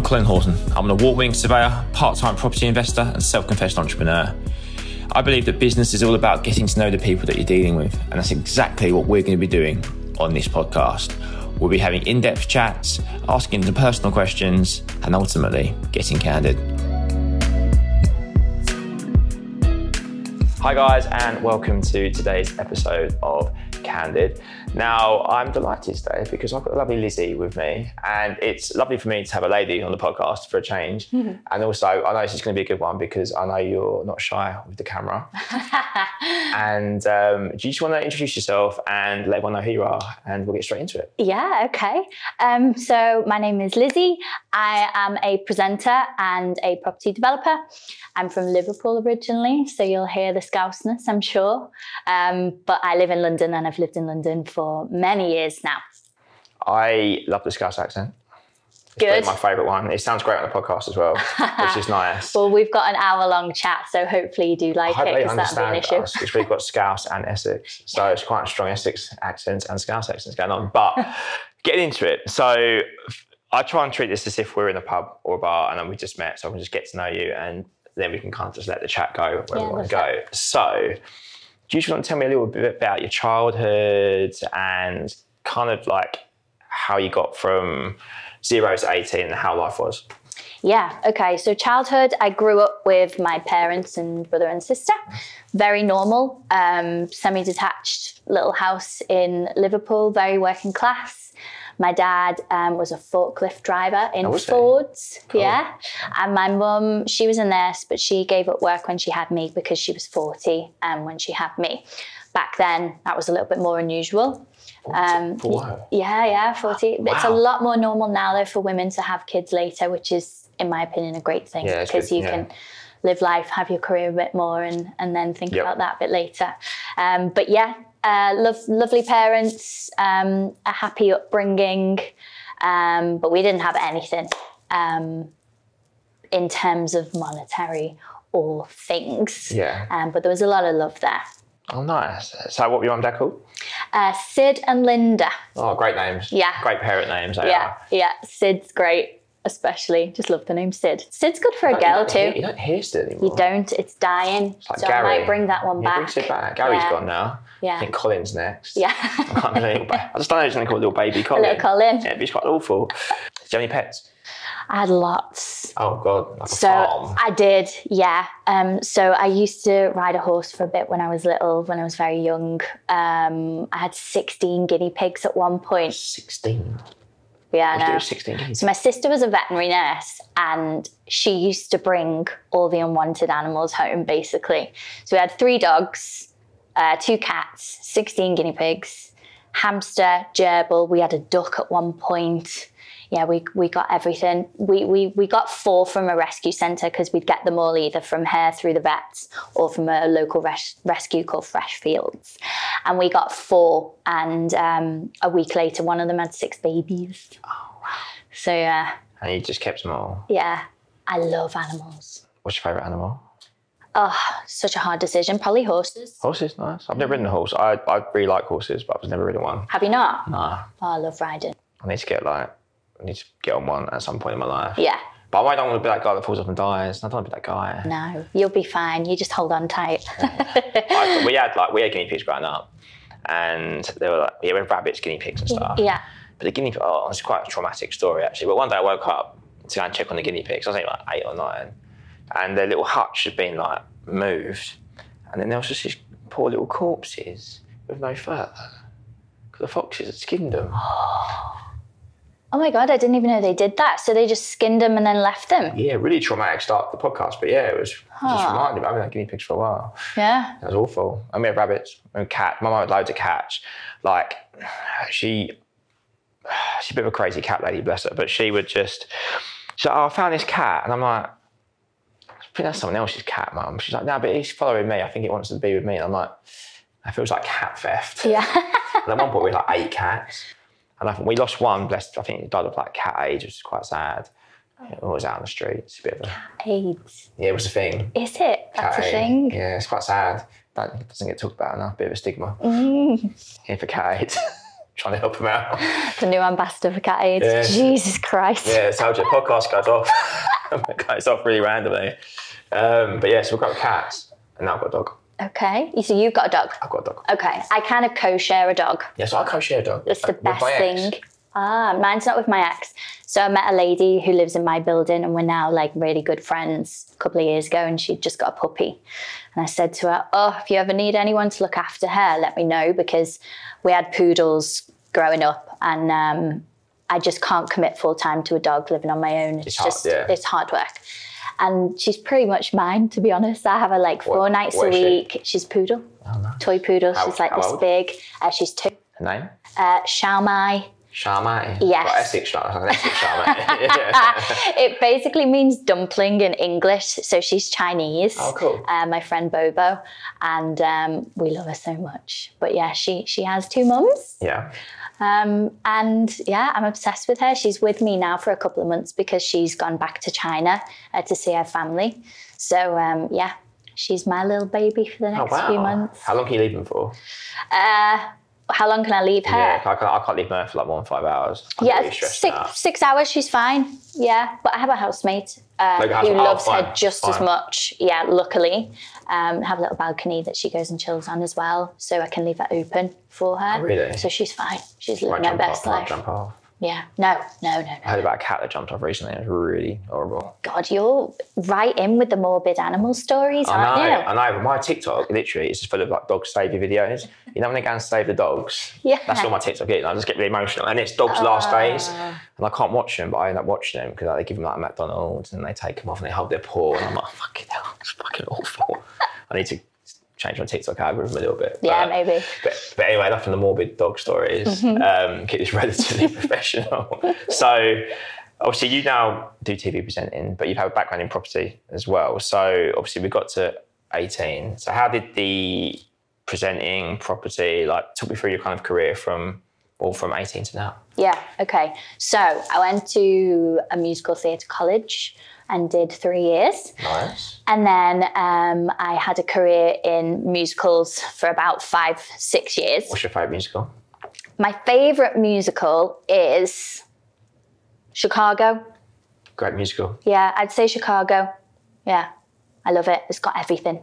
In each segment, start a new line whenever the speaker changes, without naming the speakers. Colin Horton. I'm an award winning surveyor, part time property investor, and self confessed entrepreneur. I believe that business is all about getting to know the people that you're dealing with, and that's exactly what we're going to be doing on this podcast. We'll be having in depth chats, asking the personal questions, and ultimately getting candid. Hi, guys, and welcome to today's episode of Candid. Now, I'm delighted today because I've got the lovely Lizzie with me, and it's lovely for me to have a lady on the podcast for a change. And also, I know this is going to be a good one because I know you're not shy with the camera. and um, do you just want to introduce yourself and let everyone know who you are, and we'll get straight into it?
Yeah, okay. Um, so my name is Lizzie. I am a presenter and a property developer. I'm from Liverpool originally, so you'll hear the Scousness, I'm sure. Um, but I live in London and I've lived in London for many years now.
I love the Scouse accent. It's
Good.
probably my favourite one. It sounds great on the podcast as well, which is nice.
Well, we've got an hour long chat, so hopefully you do
I
like
hope
it
they
because that'll be an
understand
issue.
us because we've got Scouse and Essex. So it's quite a strong Essex accent and Scouse accents going on. But getting into it. So I try and treat this as if we're in a pub or a bar and then we just met. So I can just get to know you and then we can kind of just let the chat go where
Yeah,
we want to
that's
go. So do you just want to tell me a little bit about your childhood and kind of like how you got from zero to 18 and how life was?
Yeah, okay. So, childhood, I grew up with my parents and brother and sister. Very normal, um, semi detached little house in Liverpool, very working class. My dad um, was a forklift driver in
Oh, was he?
Fords. Yeah. And my mum, she was a nurse, but she gave up work when she had me because she was 40 um, when she had me. Back then, that was a little bit more unusual. Um,
For what?
yeah, yeah, 40. But It's a
Wow.
lot more normal now, though, for women to have kids later, which is, in my opinion, a great thing
Yeah, it's
because
good,
you
yeah.
can live life, have your career a bit more, and, and then think
Yep.
about that a bit later. Um, but yeah, uh, love, lovely parents, um, a happy upbringing, um, but we didn't have anything um, in terms of monetary or things.
Yeah.
Um, but there was a lot of love there.
Oh, nice. So what were your mum and dad called?
Uh, Sid and Linda.
Oh, great names.
Yeah.
Great parent names. They
Yeah,
Are.
yeah. Sid's great, especially. Just love the name Sid. Sid's good for a girl
you don't hear-
too.
you don't hear Sid anymore.
You don't. It's dying.
Oh, like
so I
Gary.
might bring that one
Yeah,
back.
bring Sid back. Gary's
Yeah.
gone now. I
Yeah,
think Colin's next.
yeah.
I, can't remember little ba- I just don't know if going to call little baby Colin.
Little Colin.
Yeah, but he's quite awful. Do you have any pets?
I had lots.
Oh, God. Like a
So
farm.
I did, yeah. Um, so I used to ride a horse for a bit when I was little, when I was very young. Um, I had 16 guinea pigs at one point. uh,
16.
Yeah, I
I
know.
was 16.
So my sister was a veterinary nurse and she used to bring all the unwanted animals home basically. So we had three dogs, uh, two cats, 16 guinea pigs, hamster, gerbil, we had a duck at one point. Yeah, we, we got everything. We, we, we got four from a rescue centre because we'd get them all either from her through the vets or from a local res- rescue called Fresh Fields. And we got four. And um, a week later, one of them had six babies. So uh, yeah,
And you just kept them all.
yeah, I love animals.
What's your favourite animal?
Oh, such a hard decision. Probably horses.
Horses, nice. I've
Mm.
never ridden a horse. I, I really like horses, but I've never ridden one.
Have you not?
Nah.
Oh, I love riding.
I need to get like, I need to get on one at some point in my life.
Yeah.
But I don't want to be that guy that falls off and dies. I don't want to be that guy.
No, you'll be fine. You just hold on tight.
I, we had like we had guinea pigs growing up, and they were like yeah, we had rabbits, guinea pigs, and stuff.
yeah.
But the guinea pig, oh, it's quite a traumatic story actually. But one day I woke up to go and check on the guinea pigs. I was only like eight or nine, and their little hutch had been like moved, and then there was just these poor little corpses with no fur. 'Cause The foxes had skinned them.
Oh my god, I didn't even know they did that. So they just skinned them and then left them.
Yeah, really traumatic start to the podcast, but yeah, it was it just
Huh.
reminded me. I haven't had guinea pigs for a while.
Yeah.
That was awful. And we had rabbits and cat. My mum had loads of cats. Like she, she's a bit of a crazy cat lady, bless her. But she would just, she's like, oh, I found this cat, and I'm like, I think that's someone else's cat, mum. She's like, no, but he's following me. I think it wants to be with me. And I'm like, that feels like cat theft.
Yeah.
And at one point we had like eight cats. And I think we lost one, blessed, I think it died of like cat age, which is quite sad. It was out on the street. It's a bit of a,
AIDS.
yeah, it was a thing.
Is it? That's a
Cat A.
thing.
Yeah, it's quite sad. That doesn't get talked about enough. Bit of a stigma
Mm.
here for cat trying to help him out.
the new ambassador for cat aid.
Yeah.
Jesus Christ.
Yeah, it's how your podcast goes off. it goes off really randomly. Um, but yeah, so we've got cats, and now I've got a dog.
Okay. So you've got a dog.
I've got a dog.
Okay. I kind of co-share a dog.
Yeah, so I co-share a dog.
That's the
uh, with my
best
ex.
thing. Ah, mine's not with my ex. So I met a lady who lives in my building and we're now like really good friends a couple of years ago and she'd just got a puppy. And I said to her, Oh, if you ever need anyone to look after her, let me know because we had poodles growing up and um, I just can't commit full time to a dog living on my own. It's,
It's hard,
just
yeah.
it's hard work. And she's pretty much mine, to be honest. I have her like four
What-
nights
what
a
is she?
week. She's poodle,
Oh, nice.
toy poodle.
How-
she's like
how
this
old?
big. Uh, she's two.
Her name?
Uh, Shalmai.
Charmaine.
Yes.
Like Essex Charmaine. Like an Essex Charmaine. yeah.
it basically means dumpling in English. So she's Chinese.
Oh, cool.
Uh, my friend Bobo, and um, we love her so much. But yeah, she she has two mums,
Yeah.
um, and yeah, I'm obsessed with her. She's with me now for a couple of months because she's gone back to China uh, to see her family. So um, yeah, she's my little baby for the
Oh,
next
wow.
few months.
How long can you leave them for?
Uh, how long can I leave her?
Yeah, I can't, I can't leave them for like more than five hours. I'm
Yeah,
really stressed
six
out.
six hours, she's fine. Yeah, but I have a housemate uh,
Like a
who
housemate- oh,
loves her
fine,
just as
fine.
much. Yeah, luckily, um, have a little balcony that she goes and chills on as well, so I can leave that open for her.
Oh, really?
So she's fine. She's
Might
living her
jump
best
off, might
life.
jump off.
Yeah. No, no, no,
I
no.
heard about a cat that jumped off recently. It was really horrible.
God, you're right in with the morbid animal stories,
I
aren't
know,
you?
I know. But my TikTok literally is just full of like dog savior videos. You know when they go and save the dogs?
Yeah. Ah.
That's all my TikTok is. and I just get really emotional. And it's dogs' last days. And I can't watch them, but I end up watching them because like, they give them like a McDonald's and they take them off and they hold their paw. And I'm like, fucking hell, it's fucking awful. I need to change my TikTok algorithm a little bit.
Yeah,
but-
maybe.
But, but anyway, enough of the morbid dog stories.
Mm-hmm.
Um, keep this relatively professional. So, obviously, you now do TV presenting, but you have a background in property as well. So, obviously, we got to 18. So, how did the presenting property like took me through your kind of career from well from 18 to now?
Yeah, okay. So I went to a musical theatre college and did three years.
Nice.
And then um, I had a career in musicals for about five, six years.
What's your favourite musical?
My favorite musical is Chicago.
Great musical.
Yeah, I'd say Chicago. Yeah, I love it. It's got everything,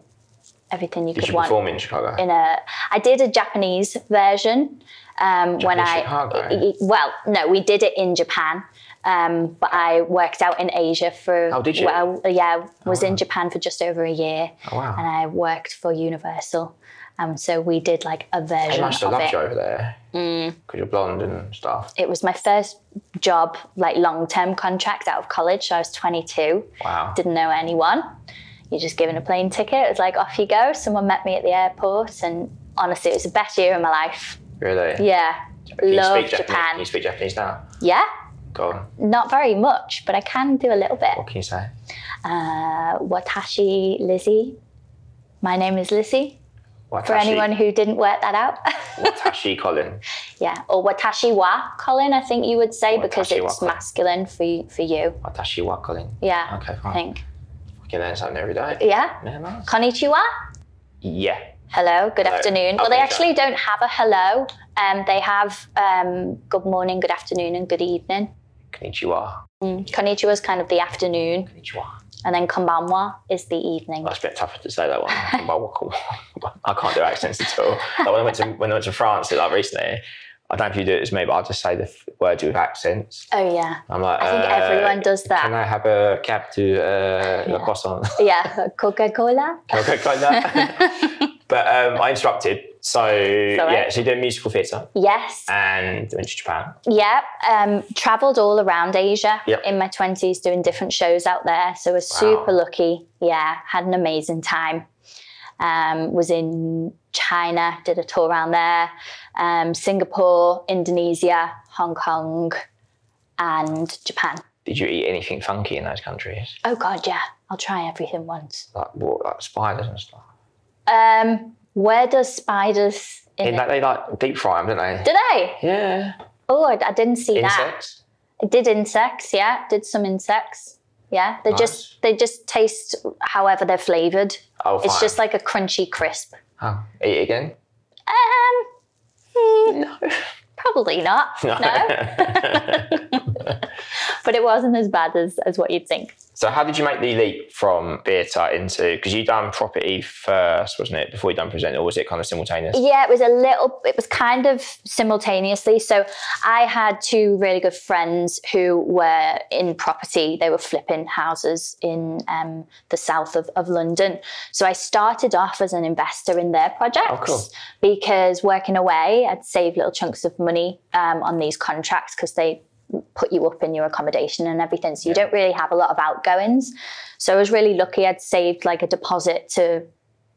everything you
Did
could
you
want.
perform in Chicago?
In a, I did a Japanese version um, when I.
Chicago?
Well, no, we did it in Japan. Um, but I worked out in Asia for.
Oh, did you?
Well, yeah, was in Japan for just over a year
oh,
and
wow.
I worked for Universal. Um, so we did like a
I
version
must have
of
loved
it. Mm.
you over there because you're blonde and stuff.
It was my first job, like long term contract out of college. So I was 22,
Wow.
didn't know anyone. You're just given a plane ticket. It was like, off you go. Someone met me at the airport. And honestly, it was the best year of my life.
Really?
Yeah.
Can you
Love
speak Japanese? Can
Japan.
you speak Japanese now?
Yeah.
Go on.
Not very much, but I can do a little bit.
What can you say?
Uh, watashi Lizzie. My name is Lizzie.
Watashi,
For anyone who didn't work that out.
Watashi Colin.
Yeah, or watashi wa, Colin. I think you would say because
Watashi wa,
it's
Colin.
masculine for y- for you.
Watashi wa Colin.
Yeah,
Okay,
I
fine.
think.
We can learn something every day.
Yeah,
Yeah, nice.
konnichiwa.
Yeah.
Hello, good
Hello.
afternoon. Well,
Okay,
they
sure.
actually don't have a hello. Um, they have um, good morning, good afternoon, and good evening.
Konnichiwa.
Mm. Konnichiwa is kind of the afternoon,
Konnichiwa.
and then konbanwa is the evening.
That's a bit tougher to say that one. I can't do accents at all. Like when I went to when I went to France like recently, I don't know if you do it as me, but I just say the f- words with accents.
Oh yeah,
I'm like,
I think
uh,
everyone does
Can
that.
I have a cab to uh, La Croissant?
Yeah, Coca Cola.
Okay, like that. but um, I interrupted. So yeah, so you do musical theatre
Yes.
and went to Japan.
Yeah, um, traveled all around Asia
Yep.
in my 20s doing different shows out there. So was super lucky. Yeah, had an amazing time. Um, was in China, did a tour around there, um, Singapore, Indonesia, Hong Kong, and Japan.
Did you eat anything funky in those countries?
Oh, God, yeah, I'll try everything once.
Like what, like spiders and stuff.
Um, where does spiders in
In
it?
that they like deep fry them, don't they?
Do they?
Yeah.
Oh, I, I didn't see that.
Insects.
I did insects, yeah. Did some insects. Yeah. They just they just taste however they're flavored.
Oh, fine.
It's just like a crunchy crisp.
oh, eat it again.
Um hmm,
No.
Probably not. No. but it wasn't as bad as, as what you'd think.
So how did you make the leap from theatre into because you done property first, wasn't it? Before you done present, or was it kind of simultaneous?
Yeah, it was a little, it was kind of simultaneously. So I had two really good friends who were in property. They were flipping houses in um, the south of, of London. So I started off as an investor in their projects
cool.
because working away, I'd save little chunks of money um, on these contracts because they put you up in your accommodation and everything. So you don't really have a lot of outgoings. So I was really lucky I'd saved like a deposit to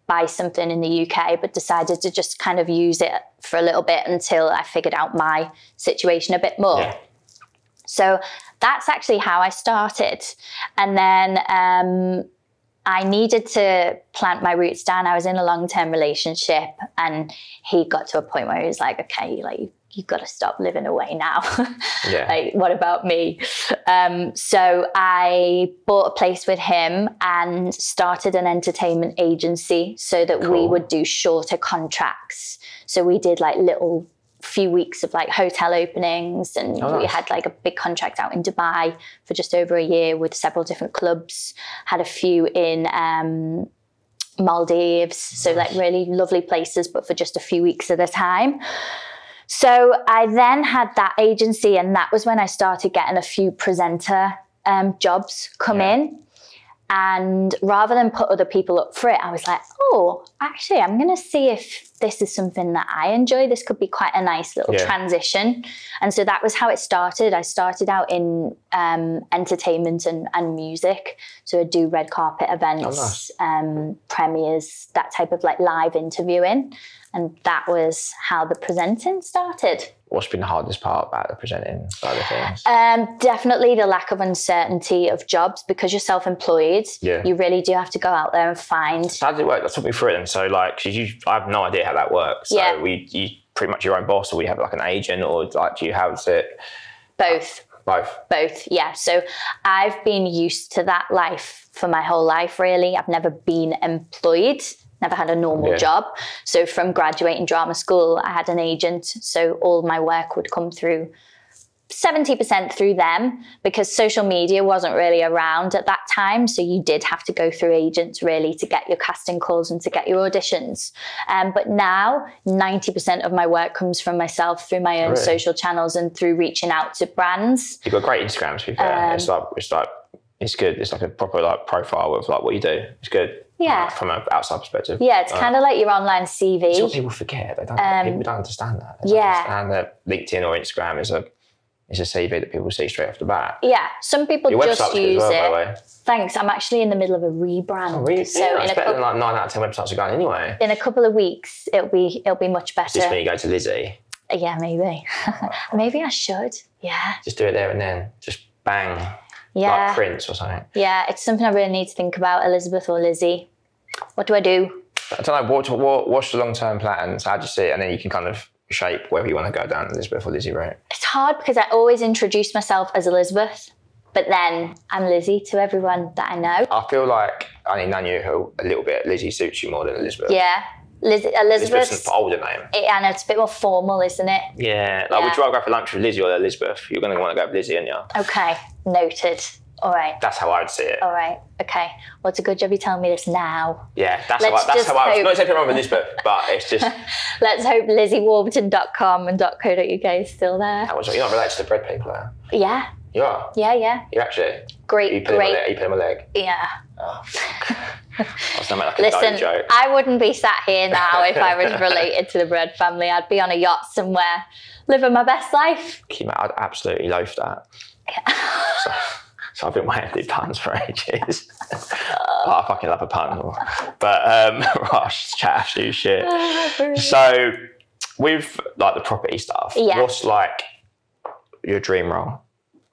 buy something in the UK, but decided to just kind of use it for a little bit until I figured out my situation a bit more.
Yeah.
So that's actually how I started. And then um, I needed to plant my roots down. I was in a long term relationship, and he got to a point where he was like, okay, like, you've got to stop living away now.
Yeah.
like, what about me? Um, so I bought a place with him and started an entertainment agency so that we
Cool.
would do shorter contracts. So we did like little few weeks of like hotel openings and
Oh,
we
nice.
had like a big contract out in Dubai for just over a year with several different clubs had a few in um Maldives so like really lovely places but for just a few weeks at a time so I then had that agency, and that was when I started getting a few presenter um, jobs come
Yeah.
in. And rather than put other people up for it, I was like, oh, actually, I'm going to see if this is something that I enjoy. This could be quite a nice little
Yeah.
transition. And so that was how it started. I started out in um, entertainment and, and music. So I do red carpet events, um, premieres, that type of like live interviewing. And that was how the presenting started.
What's been the hardest part about the presenting side of things?
Um, definitely the lack of uncertainty of jobs because you're self employed.
Yeah.
You really do have to go out there and find.
So how did it work? That took me through it. then. so like, 'cause you, I have no idea how that works. So
Yeah.
we, you pretty much your own boss, or we have like an agent, or like, do you have it
Both,
both?
both, yeah. So I've been used to that life for my whole life, really. I've never been employed, never had a normal
Yeah.
job. So from graduating drama school, I had an agent. So all my work would come through 70% through them because social media wasn't really around at that time. So you did have to go through agents really to get your casting calls and to get your auditions. Um, but now 90% of my work comes from myself through my own
Really?
social channels and through reaching out to brands.
You've got great Instagram. To be fair,
Um,
it's like it's like it's good. It's like a proper like profile of like what you do. It's good.
Yeah.
Like, from an outside perspective.
Yeah, it's kind of like your online CV.
Uh, It's what people forget. They don't.
Um,
people don't understand that. They
yeah.
Don't understand that LinkedIn or Instagram is a is a CV that people see straight off the bat.
yeah, some people
Your
just
website's good as
use
well, by
it.
the way.
Thanks. I'm actually in the middle of a rebrand.
Oh, really?
So
yeah,
in,
it's
a
better than
couple,
like nine out of ten websites are going anyway.
in a couple of weeks, it'll be it'll be much
Is this when
better.
you go to Lizzie?
Yeah, maybe. maybe I should. Yeah.
Just do it there and then. Just bang.
Yeah.
Like Prince or something.
Yeah, it's something I really need to think about, Elizabeth or Lizzie. What do I do?
I don't know. What, what, what's the long term plans? How do you see it? And then you can kind of shape whether you want to go down Elizabeth or Lizzie route.
It's hard because I always introduce myself as Elizabeth, but then I'm Lizzie to everyone that I know.
I feel like I mean, I knew who a little bit. Lizzie suits you more than Elizabeth.
Yeah, Liz-
Elizabeth's
Elizabeth's.
an older name.
It, and it's a bit more formal, isn't it?
Yeah. Like, would you rather go for lunch with Lizzie or Elizabeth? You're going to want to go with Lizzie, aren't you?
Okay, noted. All right,
That's how I would see it.
all right, okay. Well, it's a good job you telling me this now.
Yeah. That's how.
Let's
I, that's
just
how I.
hope-
Was, not exactly wrong with Elizabeth, but it's just
Let's hope lizziewarbton.com and .co.uk is still there.
that was. You're not related to the bread people. Are
Yeah,
you? you are.
yeah, yeah.
You're actually. You
Great,
put him on
great.
leg. You put him on leg.
Yeah.
Oh, fuck. I was gonna make like a
Listen,
dirty joke.
I wouldn't be sat here now if I was related to the Bread family. I'd be on a yacht somewhere, living my best life.
Keep I'd absolutely loaf that. so, so I've been waiting to do puns for ages. but I fucking love a pun. But um, Rosh, chat absolute shit. So with like the property stuff,
Yeah.
what's like your dream role?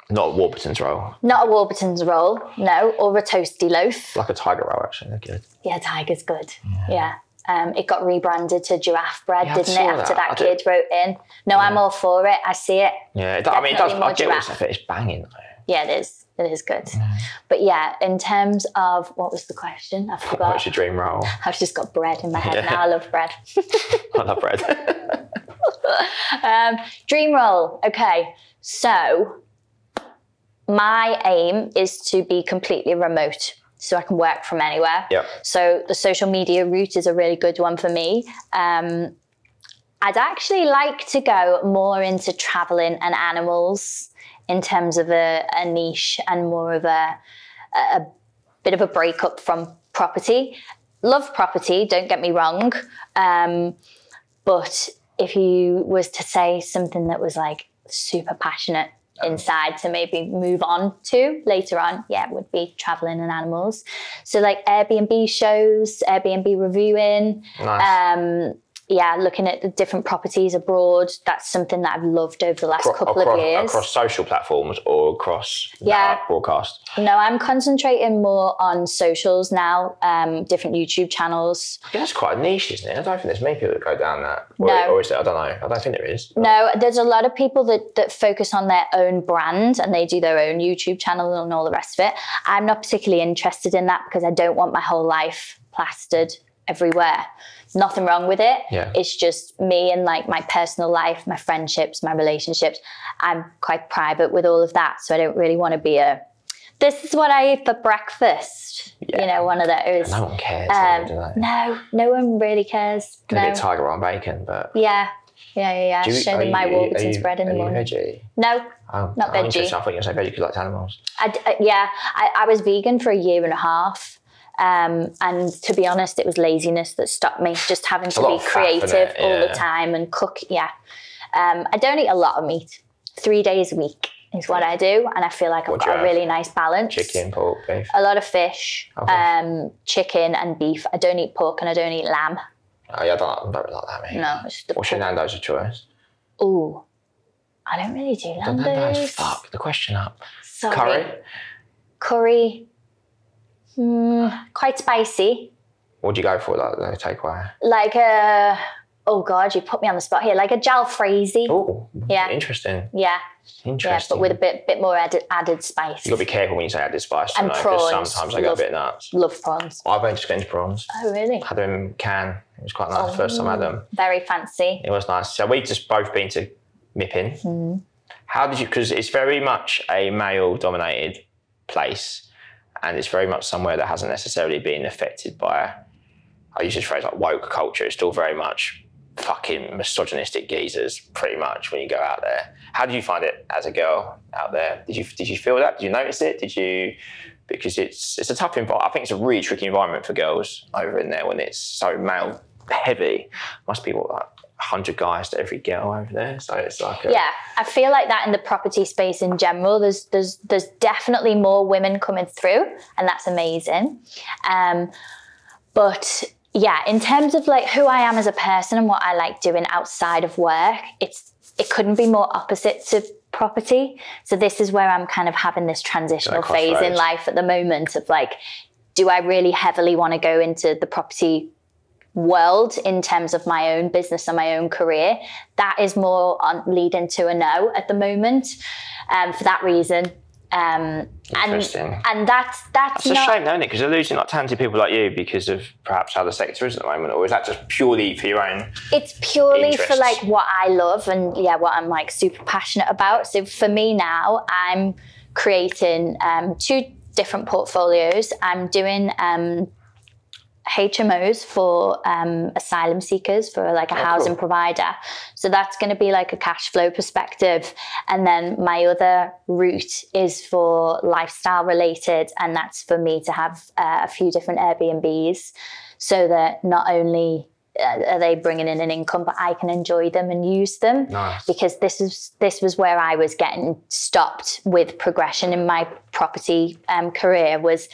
Not Warburton's role,
Not a Warburton's roll, no, or a toasty loaf.
like a tiger role actually. They're good.
Yeah, Tiger's good. Yeah. Um, it got rebranded to giraffe bread,
Yeah, I
didn't it?
saw
After
that.
that
I did-
kid wrote in. No, I'm all for it. I see it.
Yeah, it, do- I mean it does.
Definitely more
I get what you're
giraffe.
saying, It's banging though.
Yeah, it is. It is good. But yeah, in terms of what was the question? I
What's
forgot.
your dream role?
I've just got bread in my head
Yeah.
now. I love bread.
I love bread.
um, dream role. Okay, so my aim is to be completely remote, so I can work from anywhere.
Yeah.
So the social media route is a really good one for me. Um, I'd actually like to go more into traveling and animals in terms of a, a niche and more of a, a bit of a breakup from property. Love property, don't get me wrong. Um, but if you was to say something that was like super passionate inside to maybe move on to later on, yeah, would be traveling and animals. So like Airbnb shows, Airbnb reviewing,
Nice.
um, yeah, looking at the different properties abroad. That's something that I've loved over the last
Acro-
couple
across,
of years.
across social platforms or across that
Yeah.
are broadcast.
No, I'm concentrating more on socials now, um, different YouTube channels.
Yeah, that's quite a niche, isn't it? I don't think there's many people that go down that. Or,
No.
or is there? I don't know. I don't think there is.
No, there's a lot of people that, that focus on their own brand and they do their own YouTube channel and all the rest of it. I'm not particularly interested in that because I don't want my whole life plastered everywhere. Nothing wrong with it.
Yeah.
It's just me and like my personal life, my friendships, my relationships. I'm quite private with all of that. So I don't really want to be a, this is what I eat for breakfast. You know, one of those.
No one cares.
Um,
do they?
no, no one really cares.
Can be
No.
a tiger on bacon, but.
Yeah. Yeah, yeah, yeah.
Do you-
Show
are
them my
you- are
Warburton's
you-
bread in the
are you
morning.
veggie?
No,
Oh,
Not
oh,
veggie.
interesting. I thought you were going to say veggie because you liked animals.
I d uh, yeah, I, I was vegan for a year and a half. Um, and to be honest, it was laziness that stopped me, just having to
a lot
be
of fat, isn't
creative
it?
all the
Yeah.
time and cook. Yeah. Um, I don't eat a lot of meat. Three days a week is what I do. And I feel like
What
I've
do you
got a
have?
really nice balance.
Chicken, pork, beef.
A lot of fish,
Okay.
um, chicken, and beef. I don't eat pork and I don't eat lamb.
Oh, yeah, I don't, I don't really like that, mate.
No, it's just the
What's your Nando's of choice?
Ooh, I don't really do
The Nando's.
Nando's. Oh,
Fuck the question up.
Sorry.
Curry?
Curry. Mm, quite spicy.
What do you go for, like, the takeaway?
Like a, oh God, you put me on the spot here. Like a jalfrezi.
Oh,
Yeah.
Interesting.
Yeah, yeah,
Interesting.
but with a bit bit more added, added spice.
you got to be careful when you say add this spice, you
And
know,
prawns.
because sometimes they go a
Love-
bit nuts.
Love prawns.
I've only just got into prawns.
Oh, really? Mm,
Had them in can. It was quite nice first time I had
Oh.
them.
Very fancy.
It was nice. So we just both been to Mippin.
Mm.
How did you? Because it's very much a male-dominated place, and it's very much somewhere that hasn't necessarily been affected by. I use this phrase like woke culture. It's still very much fucking misogynistic geezers, pretty much when you go out there. How do you find it as a girl out there? Did you did you feel that? Did you notice it? Did you? Because it's it's a tough environment. I think it's a really tricky environment for girls over in there when it's so male heavy. Must be what like hundred guys to every girl over there. So it's like a,
Yeah, I feel like that in the property space in general. There's there's there's definitely more women coming through, and that's amazing. Um, but yeah, in terms of like who I am as a person and what I like doing outside of work, it's it couldn't be more opposite to property. So this is where I'm kind of having this transitional
Like
phase in
crossroads.
life at the moment of like, do I really heavily want to go into the property world in terms of my own business and my own career. That is more on leading to a no at
Hmm.
the moment um, for that reason. Um, and
interesting.
and that's that's
it's a
not
shame, though, isn't it? Because they're losing like talented people like you because of perhaps how the sector is at the moment, or is that just purely for your own?
it's purely for
interests.
like what I love and yeah, what I'm like super passionate about. So for me now, I'm creating um, two different portfolios. I'm doing um, HMOs for um, asylum seekers for like a housing
cool.
provider. So that's going to be like a cash flow perspective. And then my other route is for lifestyle related, and that's for me to have uh, a few different Airbnbs so that not only uh, are they bringing in an income, but I can enjoy them and use them
Nice.
because this is this was where I was getting stopped with progression in my property um, career was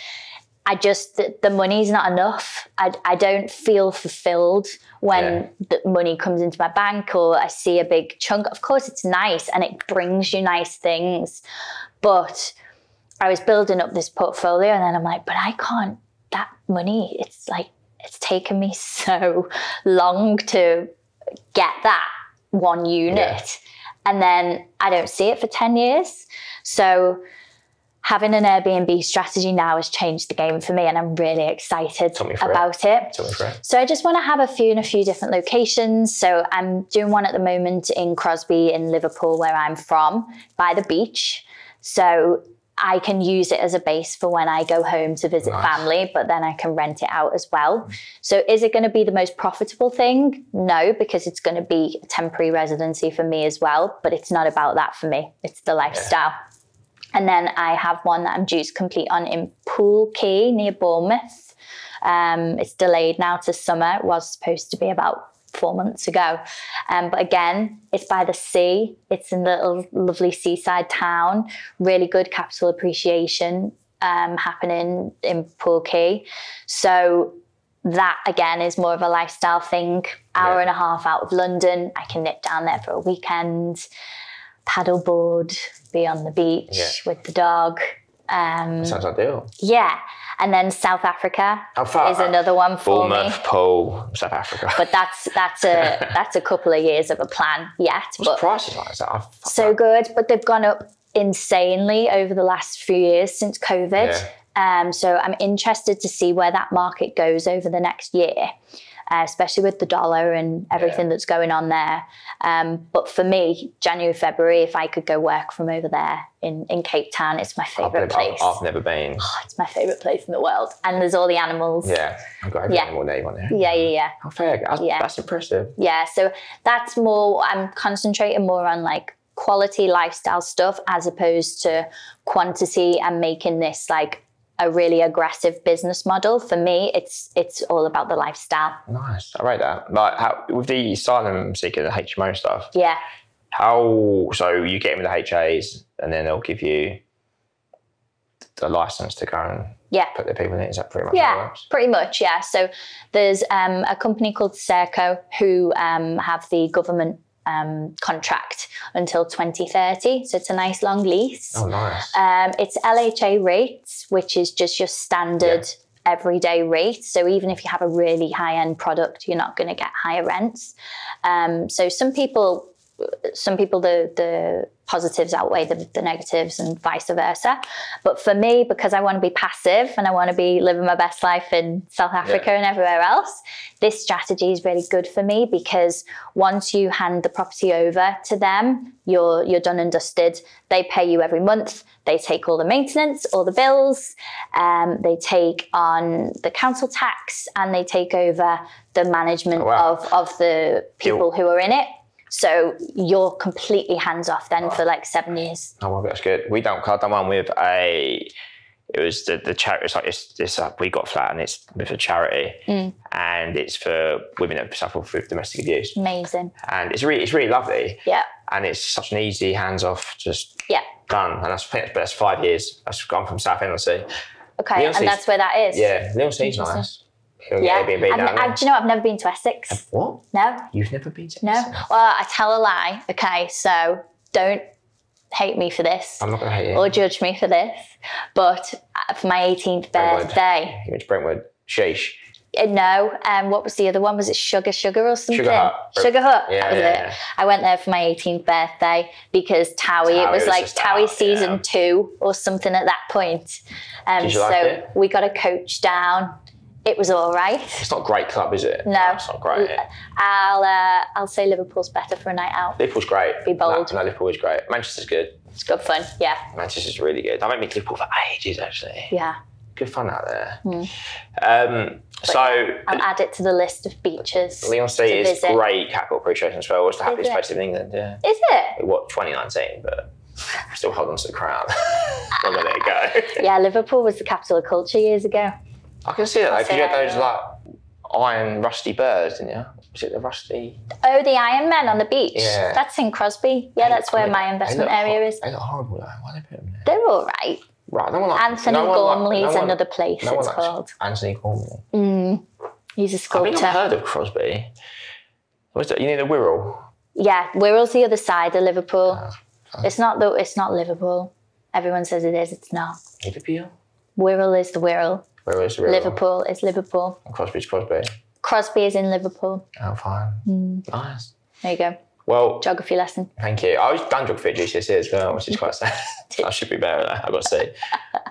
I just the, the money's not enough. I, I don't feel fulfilled when the money comes into my bank or I see a big chunk. Of course, it's nice and it brings you nice things, but I was building up this portfolio and then I'm like, but I can't. That money, it's like it's taken me so long to get that one unit. And then I don't see it for 10 years. So having an Airbnb strategy now has changed the game for me, and I'm really excited
Tell me through it.
about it.
Tell me through it.
So I just want to have a few in a few different locations. So I'm doing one at the moment in Crosby in Liverpool, where I'm from, by the beach. So I can use it as a base for when I go home to visit
Nice.
family, but then I can rent it out as well. So is it going to be the most profitable thing? No, because it's going to be a temporary residency for me as well, but it's not about that for me. It's the lifestyle. And then I have one that I'm due to complete on in Pool Key near Bournemouth. Um, it's delayed now to summer. It was supposed to be about four months ago. Um, but again, it's by the sea. It's in a little lovely seaside town. Really good capital appreciation um, happening in Pool Key. So that again is more of a lifestyle thing. Hour
Yeah.
and a half out of London. I can nip down there for a weekend paddleboard, be on the beach
Yeah.
with the dog. Um,
Sounds ideal.
yeah, and then South Africa
How far?
is another one for me.
Bournemouth, Pool, South Africa.
But that's that's a that's a couple of years of a plan yet.
What's
but
prices like? Is that? I've,
so good, but they've gone up insanely over the last few years since COVID.
Yeah.
Um, so I'm interested to see where that market goes over the next year, uh, especially with the dollar and everything that's going on there. Um, but for me, January, February, if I could go work from over there in, in Cape Town, it's my
I've,
favourite
never-
place.
I've, I've never been.
Oh, it's my favourite place in the world. And there's all the animals.
Yeah, I've got every
Yeah.
animal name on there.
yeah, yeah. yeah.
How fair? That's,
Yeah.
that's impressive.
yeah so that's more i'm concentrating more on like quality lifestyle stuff as opposed to quantity and making this like a really aggressive business model for me it's it's all about the lifestyle
Nice. I rate that. Like how, with the asylum seeker, the HMO stuff.
yeah
How so? You get them with the HAs, and then they'll give you the license to go and
yeah
put their people in. Is that pretty much how it
yeah
works?
pretty much yeah so there's um, a company called serco who um, have the government um, contract until 2030 so it's a nice long lease
Oh, nice.
Um, it's LHA rates, which is just your standard everyday rate. So even if you have a really high end product, you're not going to get higher rents. Um, so some people, some people, the the positives outweigh the, the negatives and vice versa. But for me, because I want to be passive and I want to be living my best life in South Africa and everywhere else, this strategy is really good for me because once you hand the property over to them, you're you're done and dusted. They pay you every month. They take all the maintenance, all the bills. Um, they take on the council tax and they take over the management
Oh, wow.
of of the people who are in it. So you're completely hands off then
Ah.
for like seven years.
Oh my god, that's good. We don't. 'cause I've done one with a. It was the the charity. It's like it's, it's a, we got flat and it's with a charity,
Mm.
and it's for women that suffer with domestic abuse,
Mm. Amazing.
and it's really it's really lovely,
Yeah.
and it's such an easy hands off, just
Yeah.
done. And that's I think that's, that's five years. That's gone from South Sea.
Okay.
Leon
And
says-
that's where that is.
Yeah, Little Sea's
Interesting.
nice. He'll
Yeah.
get Airbnb
I've
down
ne- I-
there.
do you know I've never been to Essex?
What?
No.
You've never been to?
No.
Essex?
Well, I tell a lie. Okay, so don't hate me for this
I'm not gonna hate you.
or judge me for this. But uh, for my 18th
Brentwood.
birthday,
You went to Brentwood. Sheesh.
uh, no. Um, what was the other one? Was it Sugar Sugar or something?
Hut.
Sugar Hut.
Yeah,
that was
yeah,
it.
yeah.
I went there for my 18th birthday because Towie.
Towie
it was,
was
like
the start,
Towie season
yeah.
two or something at that point. Um,
Did you
so
like it?
we got a coach down. It was all right.
It's not a great club, is it?
No.
it's not great.
I'll uh, I'll say Liverpool's better for a night out.
Liverpool's great.
Be bold.
No, no, Liverpool is great. Manchester's good.
It's good fun. Yeah.
Manchester's really good. I haven't been to Liverpool for ages, actually.
Yeah.
Good fun out there.
Hmm.
Um, so,
I'll add it to the list of beaches.
Leon City
to
is
visit.
great capital appreciation as well. It's the happiest
it?
place in England, yeah.
Is it?
What, 2019, but still hold on to the crown. Not gonna let it go.
Yeah, Liverpool was the capital of culture years ago.
I can see that,
I'll
because
say
you had
that,
those, like, iron rusty birds, didn't you? Was it the rusty?
Oh, the Iron Men on the beach.
Yeah.
That's in Crosby. Yeah, that's where my investment area is.
They look horrible, though. Why they put them there?
They're all right.
Right, no one likes
Anthony
no one like-
Gormley's
no one-
another place
no one
it's
likes
called. Mm.
Anthony Gormley.
He's a
I think I've
sculptor.
heard of Crosby. What's that? You know the Wirral?
Yeah, Wirral's the other side of Liverpool.
Ah,
it's not the it's not Liverpool. Everyone says it is, it's not.
Liverpool?
Wirral is the Wirral.
Where is the Wirral?
Liverpool is Liverpool.
Crosby's Crosby.
Crosby is in Liverpool.
Oh, fine. Nice.
There you go.
Well,
Geography lesson.
thank you. I was done geography at GCSE E as well, which is quite sad. I should be better at that. I've got to say.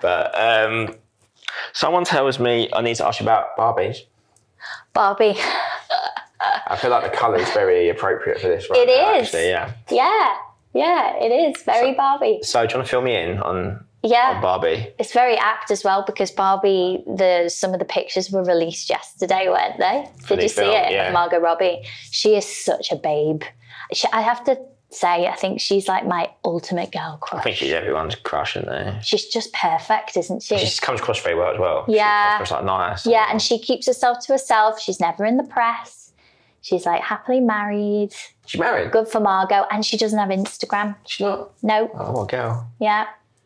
But um, someone tells me I need to ask you about Barbies.
Barbie.
I feel like the colour is very appropriate for this right
It
now,
is.
Actually, yeah.
yeah. Yeah, it is. Very Barbie.
So do you want to fill me in on, on
Yeah.
Barbie?
It's very apt as well because Barbie, the some of the pictures were released yesterday, weren't they? Did
the
you see
film,
it?
yeah.
Margot Robbie. She is such a babe. She, I have to say, I think she's like my ultimate girl
I
crush.
think she's everyone's crush, isn't they?
She's just perfect, isn't she?
She just comes across very well as well.
Yeah.
She comes across like nice.
yeah, and she keeps herself to herself. She's never in the press. She's like happily married.
She's married.
Good for Margot, and she doesn't have Instagram.
She's not.
No.
Oh, what a girl.
Yeah,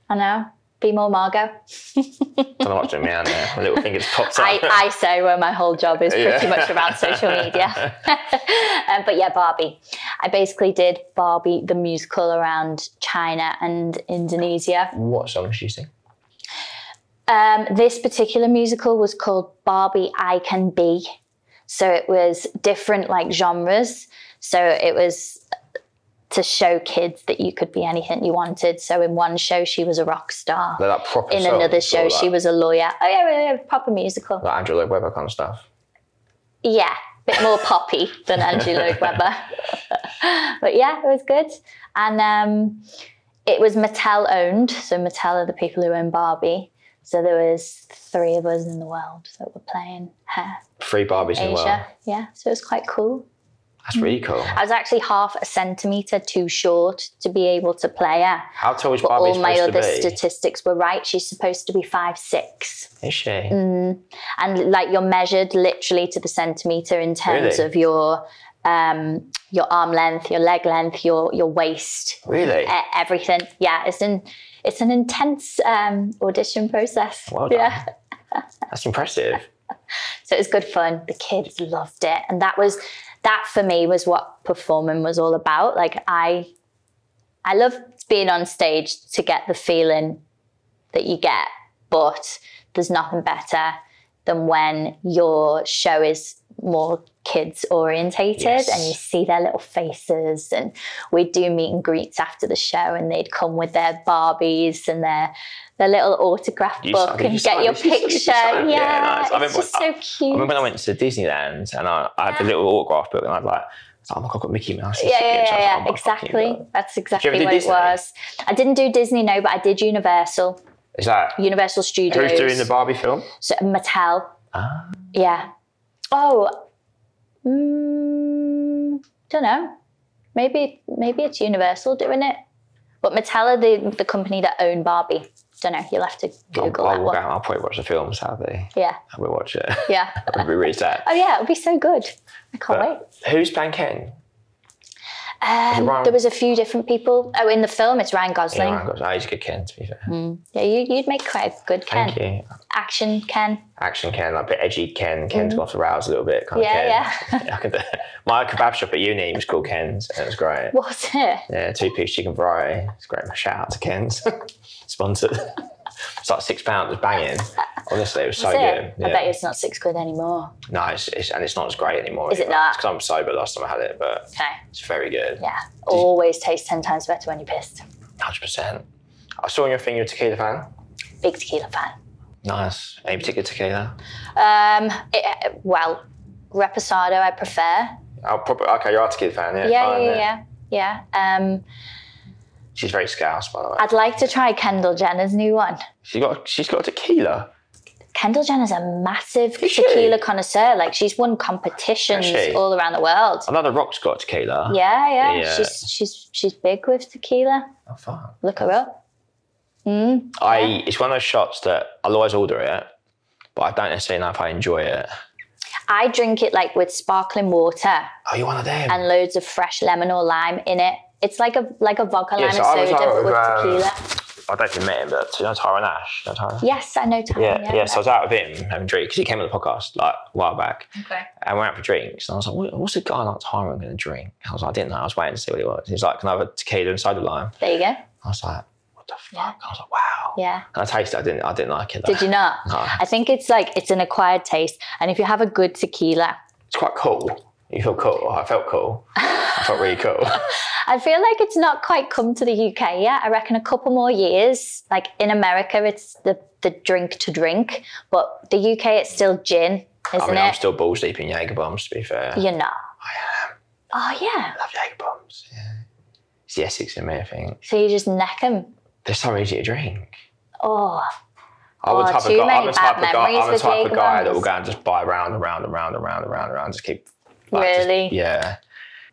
I know. Be more Margot.
Don't know what's doing me out there. My little finger's popped up.
I, I say where my whole job is
Yeah.
pretty much around social media. um, but yeah, Barbie. I basically did Barbie the musical around China and Indonesia.
what song does she sing?
Um, this particular musical was called Barbie I Can Be. So it was different like genres. So it was to show kids that you could be anything you wanted. So in one show, she was a rock star.
Like that proper
in
song,
another
sort
show,
of
she
like-
was a lawyer. Oh, yeah, yeah, yeah, proper musical.
Like Andrew Lloyd Webber kind of stuff.
Yeah, bit more poppy than Andrew Lloyd Webber. but yeah, it was good. And um, it was Mattel owned. So Mattel are the people who own Barbie. So there was three of us in the world that were playing her
Three Barbies in
Asia. Mm.
the world.
Yeah, so it was quite cool.
That's really cool.
I was actually half a centimeter too short to be able to play her.
How tall is
But
Barbie
all my
supposed
other
to be?
statistics were right. She's supposed to be five six.
is she?
Mm. and like you're measured literally to the centimeter in terms
Really?
of your um your arm length your leg length your your waist
Really?
e- everything yeah it's an it's an intense um audition process
Well done.
yeah
That's impressive.
so it was good fun the kids loved it and that was that for me was what performing was all about like i i love being on stage to get the feeling that you get but there's nothing better than when your show is more kids orientated
Yes.
and you see their little faces and we'd do meet and greets after the show and they'd come with their barbies and their their little autograph
You signed-
book
you
and get
signed-
your
you signed- you
picture
signed- yeah,
yeah,
nice. I
it's
remember-
just so
I
cute
remember when I went to Disneyland and I, I had a
Yeah.
little autograph book and I'd like, oh my God, I've got Mickey Mouse. and
yeah,
Mickey
yeah,
Mouse. I was like, oh
yeah, yeah,
my fucking
exactly.
God.
That's
ever
exactly
do
what it
Disney?
was. I didn't do Disney, no, but I did Universal,
Is that
Universal Studios.
who's doing the Barbie film?
so, uh, Mattel.
Ah.
Yeah. Oh, mm, don't know. Maybe maybe it's Universal doing it, but Mattel are the the company that own Barbie. Don't know. You'll have to
I'll,
Google
I'll
that
walk
one.
out. I'll probably watch the film Saturday.
Yeah,
I will watch it.
yeah.
I'll be really sad.
Oh yeah, it'll be so good. I can't wait.
But Who's playing Ken?
Um,
Ryan-
there was a few different people. Oh, in the film, it's Ryan Gosling.
Yeah, I got- I used to get Ken to be fair.
Mm. Yeah, you, you'd make quite a good Ken.
Thank you.
Action Ken.
Action Ken, like a bit edgy Ken. Ken's gone off the rails a little bit. Kind
Mm-hmm. Yeah,
of Ken. Yeah, I could do it. My kebab shop at uni was called Ken's and it was great.
Was it?
Yeah, two piece chicken variety. It's great. Shout out to Ken's. Sponsored. It's like six pounds, it was banging. Honestly, it was so
Was
good.
it?
Oh, Yeah.
I bet you it's not six quid anymore.
No, it's, it's, and it's not as great anymore.
Is it not?
Because I'm sober last time I had it, but
Okay.
it's very good.
Yeah. Always tastes ten times better when you're pissed.
100%. I saw on your thing you're a tequila fan.
Big tequila fan.
Nice. Any particular tequila?
Um, it, well, reposado I prefer.
Oh, probably, okay, you are a tequila fan, yeah.
Yeah,
fine,
yeah, yeah, yeah. Um,
She's very scouse, by the way.
I'd like to try Kendall Jenner's new one.
She's got, she's got a tequila.
Kendall Jenner's a massive
Is she?
tequila connoisseur. Like she's won competitions
Is she?
all around the world.
Another rock's got tequila.
Yeah, yeah,
Yeah.
She's she's she's big with tequila.
Oh, fuck.
Look her up. Mm.
I, it's one of those shots that I'll always order it, but I don't necessarily know if I enjoy it.
I drink it like with sparkling water
Oh, you're one of them.
and loads of fresh lemon or lime in it. It's like a like a vodka
Yeah,
lime
so I
and
was
soda
out
but
with,
with
um,
tequila.
I don't think I met him, but do you know Tyron Ash? Do you know Tyron?
Yes, I know. Time,
Yeah, yeah, So I was out with him having drinks because he came on the podcast like a while back,
Okay.
and we're out for drinks. And I was like, "What- "What's a guy like Tyron going to drink?" I was like, "I didn't know. I was waiting to see what he was." He's like, "Can I have a tequila and soda lime?"
There you go.
I was like, "What the
Yeah.
fuck?" I was like, "Wow."
Yeah.
And I tasted. It. I didn't. I didn't like it. Though.
Did you not?
No.
I think it's like it's an acquired taste, and if you have a good tequila,
It's quite cool. You feel cool. Oh, I felt cool. I felt really cool.
I feel like it's not quite come to the UK yet. I reckon a couple more years. Like in America, it's the, the drink to drink, but the UK, it's still gin, isn't
I mean,
it?
I'm still balls deep in Jaeger bombs, to be fair.
You're not.
I am.
Oh, yeah.
I love Jaeger bombs. Yeah. It's the Essex in me, I think.
So you just neck them.
They're so easy to drink.
Oh,
I'm the
Oh,
type of
too
guy, I'm
many
the type
bad
of guy,
memories
I'm the
with
type of
Jaeger
guy that
bombs.
will go and just buy round and round and round and round and round and round, just keep. like, just-
Really?
yeah.